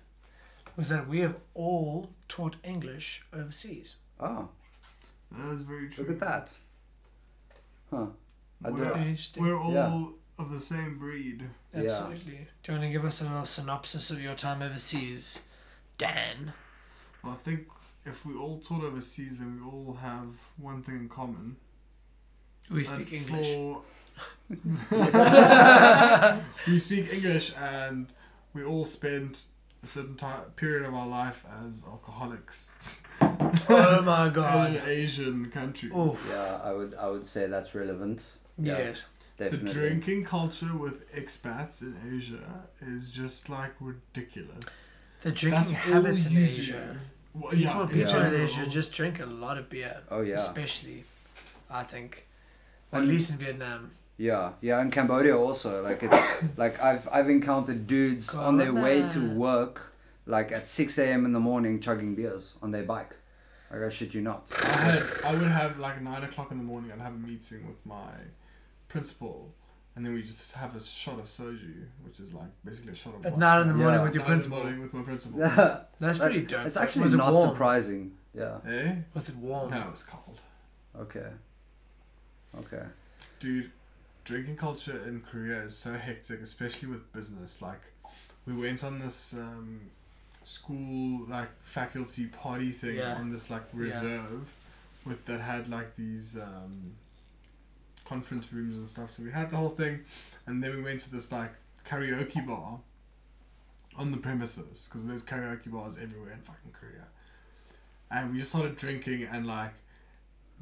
S1: was that we have all taught English overseas.
S3: Oh,
S2: That is very
S3: look at that. Huh. I
S2: Where-
S3: don't,
S1: Very interesting.
S2: We're all
S3: Yeah.
S2: of the same breed.
S3: Yeah.
S1: Absolutely. Do you want to give us a little synopsis of your time overseas, Dan?
S2: Well, I think if we all taught overseas, then we all have one thing in common.
S1: We
S2: And
S1: speak English.
S2: for- we speak English, and we all spent a certain time, period of our life as alcoholics
S1: oh my
S2: in
S1: god.
S2: an Asian country.
S1: Oh,
S3: yeah, I would I would say that's relevant. Yeah.
S1: yes.
S2: The
S3: Definitely.
S2: drinking culture with expats in Asia is just like ridiculous.
S1: The drinking habits in Asia.
S2: Do. Well,
S1: People,
S2: yeah,
S1: people
S3: Oh, Yeah.
S1: in
S2: general.
S1: Asia just drink a lot of beer,
S3: Oh yeah.
S1: especially, I think. Or at
S3: Um,
S1: least in Vietnam.
S3: Yeah, yeah, in Cambodia also. Like it's like I've I've encountered dudes on their way to
S1: Corona.
S3: work, like at six a.m. in the morning, chugging beers on their bike. Like I shit you not.
S2: I had I would have like nine o'clock in the morning. I'd have a meeting with my principal, and then we just have a shot of soju, which is like basically a shot of.
S1: At
S2: vodka.
S1: nine in the
S3: Yeah.
S1: morning with your
S2: Nine in the
S1: principal.
S2: morning with my principal.
S3: That's
S1: That's pretty dope.
S3: It's actually
S1: was it
S3: not
S1: warm?
S3: surprising. Yeah.
S2: eh?
S1: Was it warm?
S2: No, it's cold,
S3: Okay. Okay.
S2: dude. Drinking culture in Korea is so hectic, especially with business. Like, we went on this um, school like faculty party thing
S1: Yeah.
S2: on this like reserve, with that had like these um, conference rooms and stuff. So we had the whole thing, and then we went to this like karaoke bar on the premises because there's karaoke bars everywhere in fucking Korea, and we just started drinking and like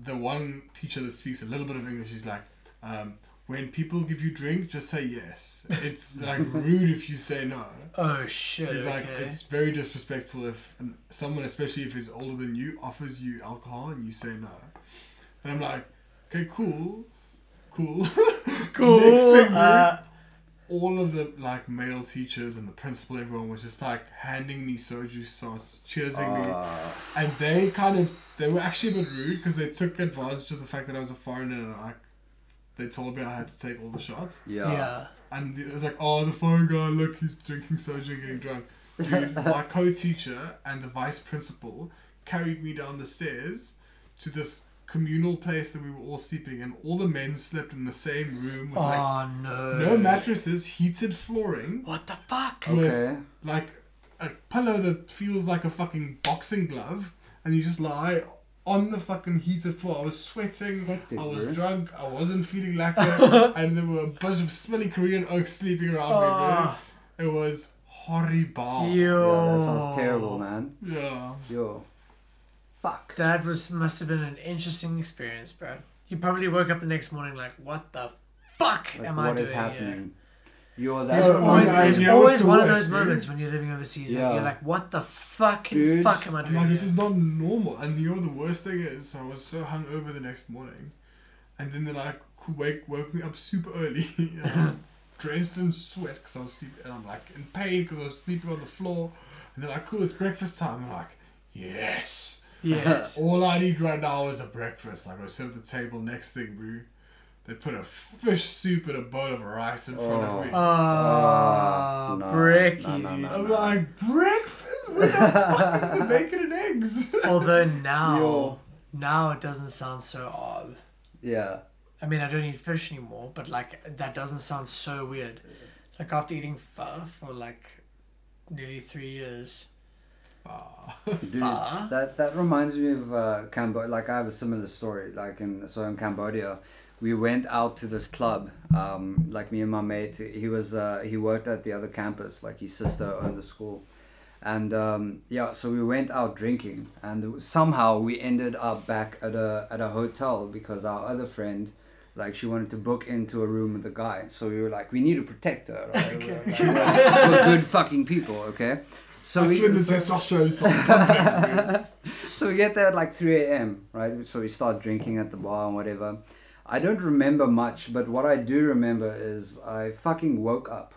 S2: the one teacher that speaks a little bit of English is like. Um, when people give you drink, just say yes. It's like rude if you say no.
S1: Oh shit.
S2: It's like
S1: okay.
S2: it's very disrespectful if someone, especially if he's older than you, offers you alcohol and you say no. And I'm like, okay, cool, cool.
S1: Cool.
S2: Next thing,
S1: uh,
S2: all of the like male teachers and the principal, everyone was just like handing me soju sauce, cheersing
S1: Ah.
S3: Ah,
S2: me, and they kind of they were actually a bit rude because they took advantage of the fact that I was a foreigner and like they told me I had to take all the shots.
S1: yeah.
S2: And it was like, oh, the foreign guy, look, he's drinking soju and getting drunk. Dude, my co-teacher and the vice principal carried me down the stairs to this communal place that we were all sleeping in. All the men slept in the same room with like
S1: Oh no.
S2: no mattresses, heated flooring,
S1: What the fuck?
S2: with
S3: Okay.
S2: like a pillow that feels like a fucking boxing glove, and you just lie on the fucking heated floor. I was sweating,
S3: Hectic,
S2: I was
S3: bro.
S2: drunk, I wasn't feeling like it, and there were a bunch of smelly Korean oaks sleeping around
S1: Ah.
S2: me, bro. It was horrible.
S1: Yo.
S3: Oh, that sounds
S1: Oh.
S3: terrible, man.
S2: Yeah.
S3: Yo. Fuck.
S1: That was must have been an interesting experience, bro. You probably woke up the next morning like, what the fuck
S3: Like,
S1: am I
S3: what
S1: doing
S3: is
S1: here?
S3: happening? Yo,
S1: There's
S3: that's
S2: Oh,
S1: always,
S2: yeah,
S1: there's
S2: you know
S1: always
S2: what's the
S1: one of
S2: worst,
S1: those
S2: dude?
S1: moments when you're living overseas and
S3: Yeah.
S1: you're like, what the fucking
S3: Dude,
S1: fuck am I
S2: I'm
S1: doing
S2: like,
S1: here?
S2: this is not normal. And you know what the worst thing is? I was so hungover the next morning. And then they like wake woke me up super early. and I'm dressed in sweat because I was sleeping. And I'm like in pain because I was sleeping on the floor. And they're like, cool, it's breakfast time. I'm like, yes.
S1: Yes.
S2: All I need right now is a breakfast. I go sit at the table. Next thing, bro, they put a fish soup and a bowl of rice in front
S3: Oh.
S2: of me.
S1: Oh,
S3: Ah, no,
S1: bricky.
S3: no, no, no,
S2: I'm like, breakfast? Where the fuck is the bacon and eggs?
S1: Although now,
S3: Yo.
S1: now it doesn't sound so odd.
S3: yeah.
S1: I mean, I don't eat fish anymore, but like that doesn't sound so weird. Like after eating pho for like nearly three years,
S3: Dude,
S1: Far.
S3: that that reminds me of uh, Cambodia. Like I have a similar story. Like in so in Cambodia, we went out to this club. Um, like me and my mate, he was uh, he worked at the other campus. Like his sister owned the school, and um, yeah, so we went out drinking, and somehow we ended up back at a at a hotel because our other friend. Like she wanted to book into a room with a guy, so we were like, we need to protect her. Right? We were like, we're, we're good fucking people, okay? So
S2: That's
S3: we
S2: when the
S3: so-
S2: testosterone starts pumping. dude.
S3: so we get there at like 3 a.m., right? So we start drinking at the bar and whatever. I don't remember much, but what I do remember is I fucking woke up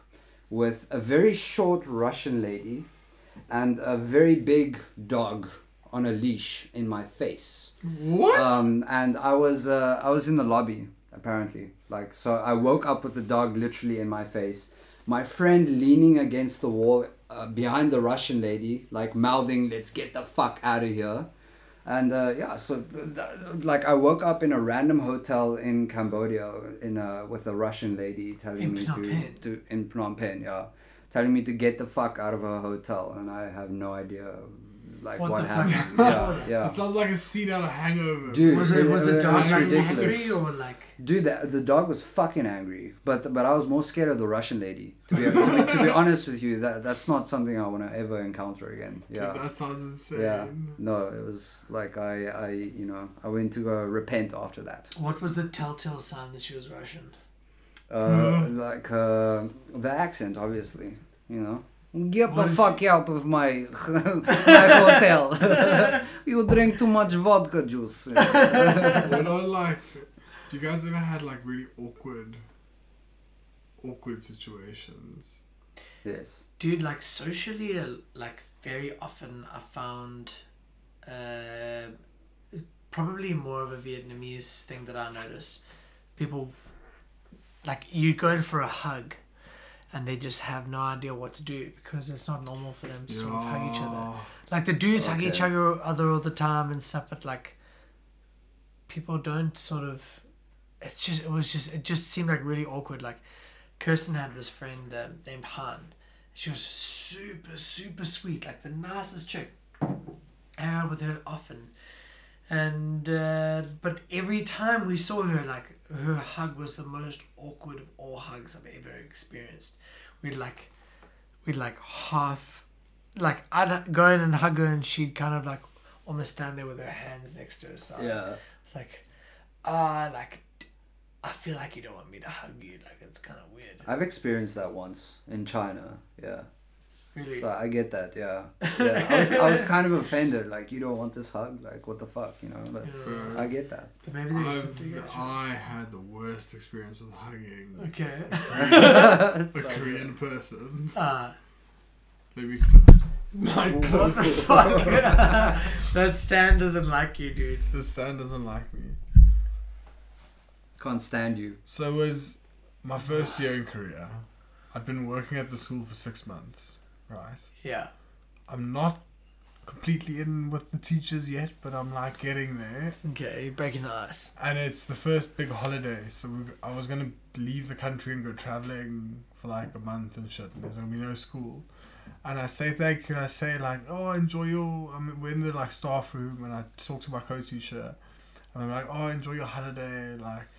S3: with a very short Russian lady and a very big dog on a leash in my face.
S2: What?
S3: Um, and I was uh, I was in the lobby apparently. Like so, I woke up with the dog literally in my face. My friend leaning against the wall uh, behind the Russian lady, like mouthing, "Let's get the fuck out of here." And uh, yeah, so th- th- like I woke up in a random hotel in Cambodia in a, with a Russian lady telling
S1: In
S3: me
S1: Phnom
S3: to,
S1: Penh.
S3: to in Phnom Penh, yeah, telling me to get the fuck out of her hotel, and I have no idea like
S1: What
S3: what,
S1: the fuck
S3: happened.
S1: happened?
S3: yeah, yeah.
S2: it sounds like a scene out of Hangover.
S3: Dude,
S1: was it was
S3: it
S1: the dog
S3: was
S1: like angry
S3: ridiculous.
S1: or like?
S3: Dude, the, the dog was fucking angry, but but I was more scared of the Russian lady. To be, to be, to be honest with you, that that's not something I want to ever encounter again.
S2: Dude,
S3: Yeah,
S2: That sounds insane.
S3: yeah. No, it was like I I you know I went to uh, repent after that.
S1: What was the telltale sign that she was Russian?
S3: Uh, like uh, the accent, obviously. You know, get
S1: What
S3: the
S1: is-
S3: fuck out of my my hotel. you drink too much vodka juice.
S2: We're not like. Do you guys ever had like really awkward, awkward situations?
S3: yes.
S1: Dude, like socially, uh, like very often I found uh, probably more of a Vietnamese thing that I noticed. People, like, you go in for a hug and they just have no idea what to do because it's not normal for them to sort of hug each other.
S2: Yeah.
S1: Like, the dudes hug each
S3: Okay.
S1: other other all the time and stuff, but like, people don't sort of. It's just, it was just, it just seemed like really awkward. Like, Kirsten had this friend um, named Han. She was super, super sweet, like the nicest chick. Hang out with her often, and uh, but every time we saw her, like her hug was the most awkward of all hugs I've ever experienced. We'd like, we'd like half, like I'd go in and hug her, and she'd kind of like almost stand there with her hands next to her side. It's like, ah, like, I feel like you don't want me to hug you. Like, it's kind of weird.
S3: I've experienced that once in China. Yeah.
S1: Really?
S3: So I get that, yeah. yeah. I, was, I was kind of offended, like, you don't want this hug? Like, what the fuck, you know? But
S1: Yeah.
S3: I get that.
S1: But maybe there's something.
S2: I've,
S1: actually-
S2: I had the worst experience with hugging
S1: Okay.
S2: a
S3: Sounds
S2: Korean person.
S1: Uh,
S2: Let me put this.
S1: my
S3: What
S1: God,
S3: was it?
S1: fuck. that Stan doesn't like you, dude.
S2: The stand doesn't like me.
S3: Can't stand you.
S2: So it was my first year in Korea. I'd been working at the school for six months, right?
S1: Yeah.
S2: I'm not completely in with the teachers yet, but I'm like getting there.
S1: Okay, you're breaking the ice.
S2: And it's the first big holiday, so we, I was gonna leave the country and go traveling for like a month and shit. And there's gonna be no school. And I say thank you, and I say like, oh, enjoy your. I mean, we're in the like staff room, and I talk to my co-teacher, and I'm like, oh, enjoy your holiday, like.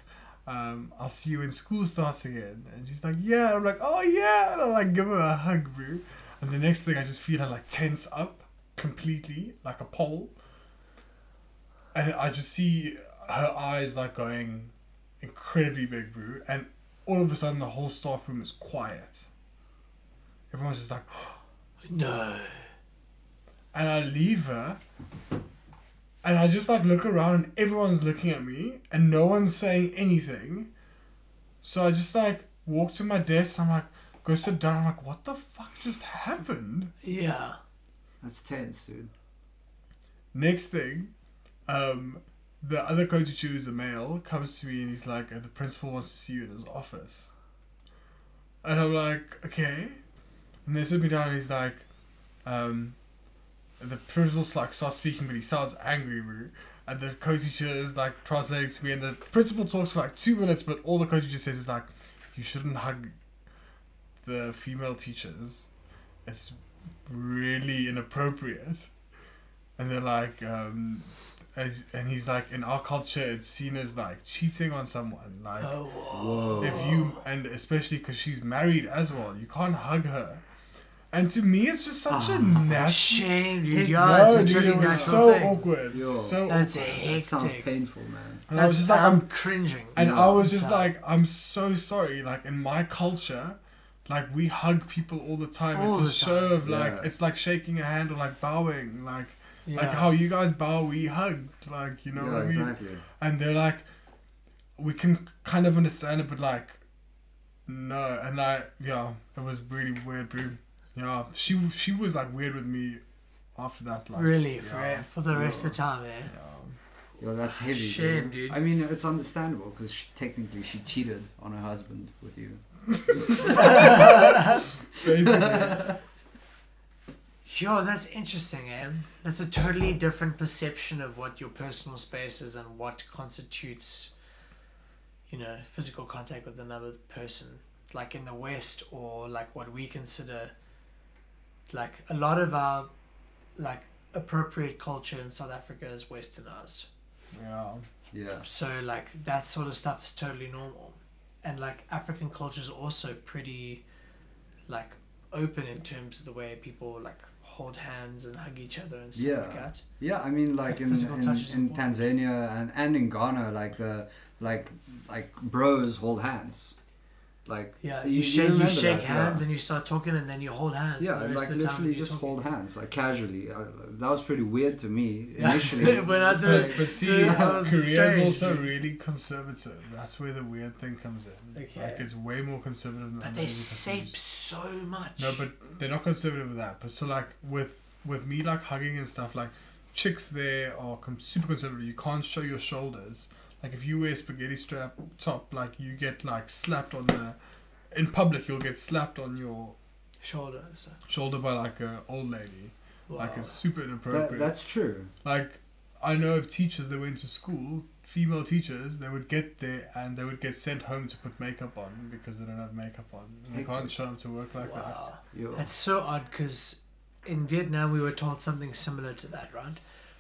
S2: Um, I'll see you when school starts again. And she's like, Yeah. I'm like, Oh, yeah. And I like give her a hug, bro. And the next thing I just feel her like tense up completely, like a pole. And I just see her eyes like going incredibly big, bro. And all of a sudden, the whole staff room is quiet. Everyone's just like,
S1: No.
S2: and I leave her. And I just like look around and everyone's looking at me and no one's saying anything. So I just like walk to my desk. I'm like, go sit down. I'm like, what the fuck just happened?
S1: Yeah.
S3: That's tense, dude.
S2: Next thing, um, the other co-teacher who's a male comes to me and he's like, "The principal wants to see you in his office," and I'm like, "Okay," and they sit me down and he's like, um, "The principal's like starts speaking, but he sounds angry." bro." And the co-teacher is like translating to me, and the principal talks for like two minutes, but all the co-teacher says is like, "You shouldn't hug the female teachers. It's really inappropriate." and they're like um as, and he's like in our culture it's seen as like cheating on someone like
S1: Oh, whoa.
S3: Whoa.
S2: if you and especially because she's married as well you can't hug her and to me it's just such a nasty
S1: Shame, dude.
S2: It-
S1: Yeah,
S2: no,
S1: it's a
S2: dude,
S1: really
S2: it was
S1: natural
S2: so
S1: thing.
S2: awkward
S3: Yo.
S2: so
S1: That's
S2: awkward.
S3: That sounds
S1: hectic.
S3: painful, man.
S2: and i was just like
S1: I'm,
S2: i'm
S1: cringing.
S2: and
S3: Yeah.
S2: I was
S1: So-
S2: just like, I'm so sorry. Like in my culture, like we hug people all the time.
S1: All
S2: it's a
S1: the
S2: show of like
S3: Yeah.
S2: it's like shaking a hand or like bowing, like like
S1: Yeah.
S2: how you guys bow, we hug. Like you know
S3: yeah,
S2: what I mean.
S3: exactly.
S2: And they're like, we can kind of understand it, but like, no. And I yeah, it was really weird, bro. Yeah, she she was like weird with me after that. Like
S1: really, for,
S2: yeah,
S1: for the rest of the time, eh?
S3: Yo, that's heavy.
S1: Shame,
S3: dude.
S1: dude.
S3: I mean, it's understandable because she, technically she cheated on her husband with you.
S2: basically.
S1: Yo, that's interesting, eh? That's a totally different perception of what your personal space is and what constitutes, you know, physical contact with another person. Like in the West, or like what we consider, like a lot of our, like, appropriate culture in South Africa is westernized.
S2: yeah.
S3: Yeah.
S1: So like that sort of stuff is totally normal, and like African culture is also pretty, like open in terms of the way people like hold hands and hug each other and stuff like
S3: Yeah.
S1: that.
S3: Yeah, I mean, like
S1: Like
S3: in
S1: physical
S3: in,
S1: touch is
S3: in
S1: important.
S3: Tanzania and, and in Ghana, like the like like bros hold hands, like
S1: Yeah, you, shake you
S3: remember
S1: shake
S3: that, yeah.
S1: hands and you start talking and then you hold hands.
S3: Yeah,
S1: for the
S3: and,
S1: rest
S3: like
S1: of the time
S3: literally
S1: you're
S3: just
S1: talking.
S3: hold hands, like casually. Uh, that was pretty weird to me
S1: Yeah.
S3: initially.
S1: When I
S3: It's
S1: do
S2: But,
S1: it.
S2: but see,
S1: Yeah, that
S2: Korea
S1: was
S2: is
S1: strange,
S2: also
S1: dude.
S2: really conservative. That's where the weird thing comes in.
S1: Okay.
S2: Like it's way more conservative than
S1: But
S2: American
S1: they sape
S2: countries.
S1: so much.
S2: No, but they're not conservative with that. But so like with with me like hugging and stuff like chicks there are com- super conservative. You can't show your shoulders. Like if you wear spaghetti strap top, like you get like slapped on the in public. You'll get slapped on your
S1: shoulders.
S2: shoulder by like a old lady.
S1: Wow.
S2: Like it's super inappropriate.
S3: That, that's true.
S2: Like, I know of teachers that went to school, female teachers, they would get there and they would get sent home to put makeup on because they don't have makeup on. And they can't show up to work like
S1: wow.
S3: Yo.
S1: That's so odd because in Vietnam we were told something similar to that, right?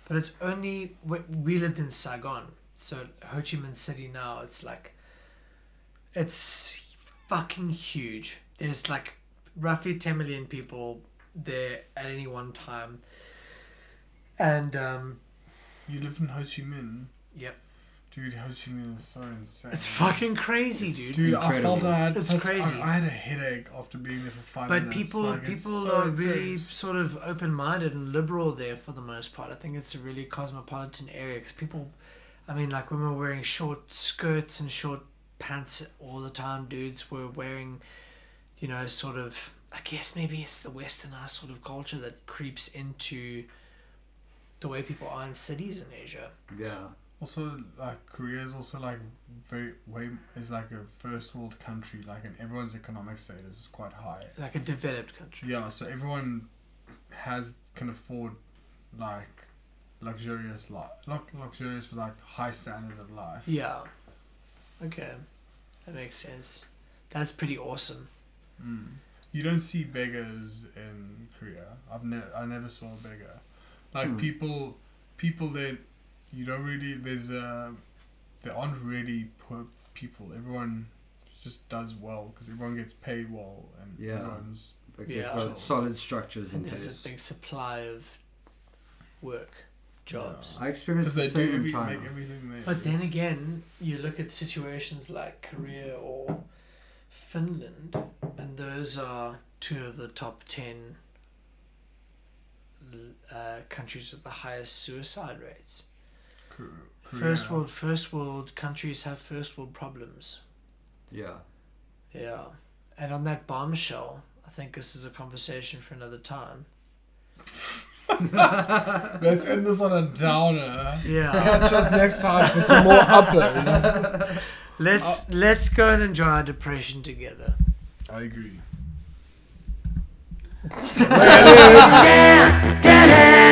S1: But it's only we, we lived in Saigon, so Ho Chi Minh City now it's like it's fucking huge. There's like roughly ten million people there at any one time, and um,
S2: that. You live in Ho Chi Minh.
S1: yep,
S2: Dude, Ho Chi Minh is so insane.
S1: It's fucking crazy, dude.
S2: Dude, I
S3: Incredible.
S2: felt I had
S1: It's
S2: such-
S1: crazy.
S2: I, I had a headache after being there for five
S1: But
S2: minutes.
S1: people,
S2: like, it's
S1: people
S2: so
S1: are really
S2: intense.
S1: sort of open-minded and liberal there for the most part. I think it's a really cosmopolitan area because people, I mean, like women were wearing short skirts and short pants all the time. Dudes were wearing, you know, sort of. I guess maybe it's the westernized sort of culture that creeps into the way people are in cities in Asia.
S3: Yeah.
S2: Also, like Korea is also like very way is like a first world country, like and everyone's economic status is quite high.
S1: Like a developed country.
S2: Yeah, so everyone has can afford like luxurious life, not luxurious but like high standard of life.
S1: Yeah. Okay, that makes sense. That's pretty awesome.
S2: Mm. You don't see beggars in Korea. I've never I never saw a beggar. Like
S3: Hmm.
S2: people, people that you don't really there's a there aren't really poor people. Everyone just does well because everyone gets paid well and
S3: Yeah.
S2: everyone's
S3: Like
S1: Yeah.
S3: they've got solid structures in
S1: And there's
S3: place.
S1: a big supply of work, jobs.
S3: I experienced
S2: because
S3: the
S2: they do
S3: same in
S2: every,
S3: China.
S2: make everything there.
S1: But then again, you look at situations like Korea or Finland, and those are two of the top 10 l- uh, countries with the highest suicide rates.
S2: Kor-
S1: First
S2: Korea.
S1: world, first world countries have first world problems.
S3: Yeah.
S1: Yeah. And on that bombshell, I think this is a conversation for another time.
S2: Let's end this on a downer.
S1: Yeah.
S2: Catch us next time for some more uppers.
S1: let's let's go and enjoy our depression together.
S2: I agree.
S4: Down, down, down.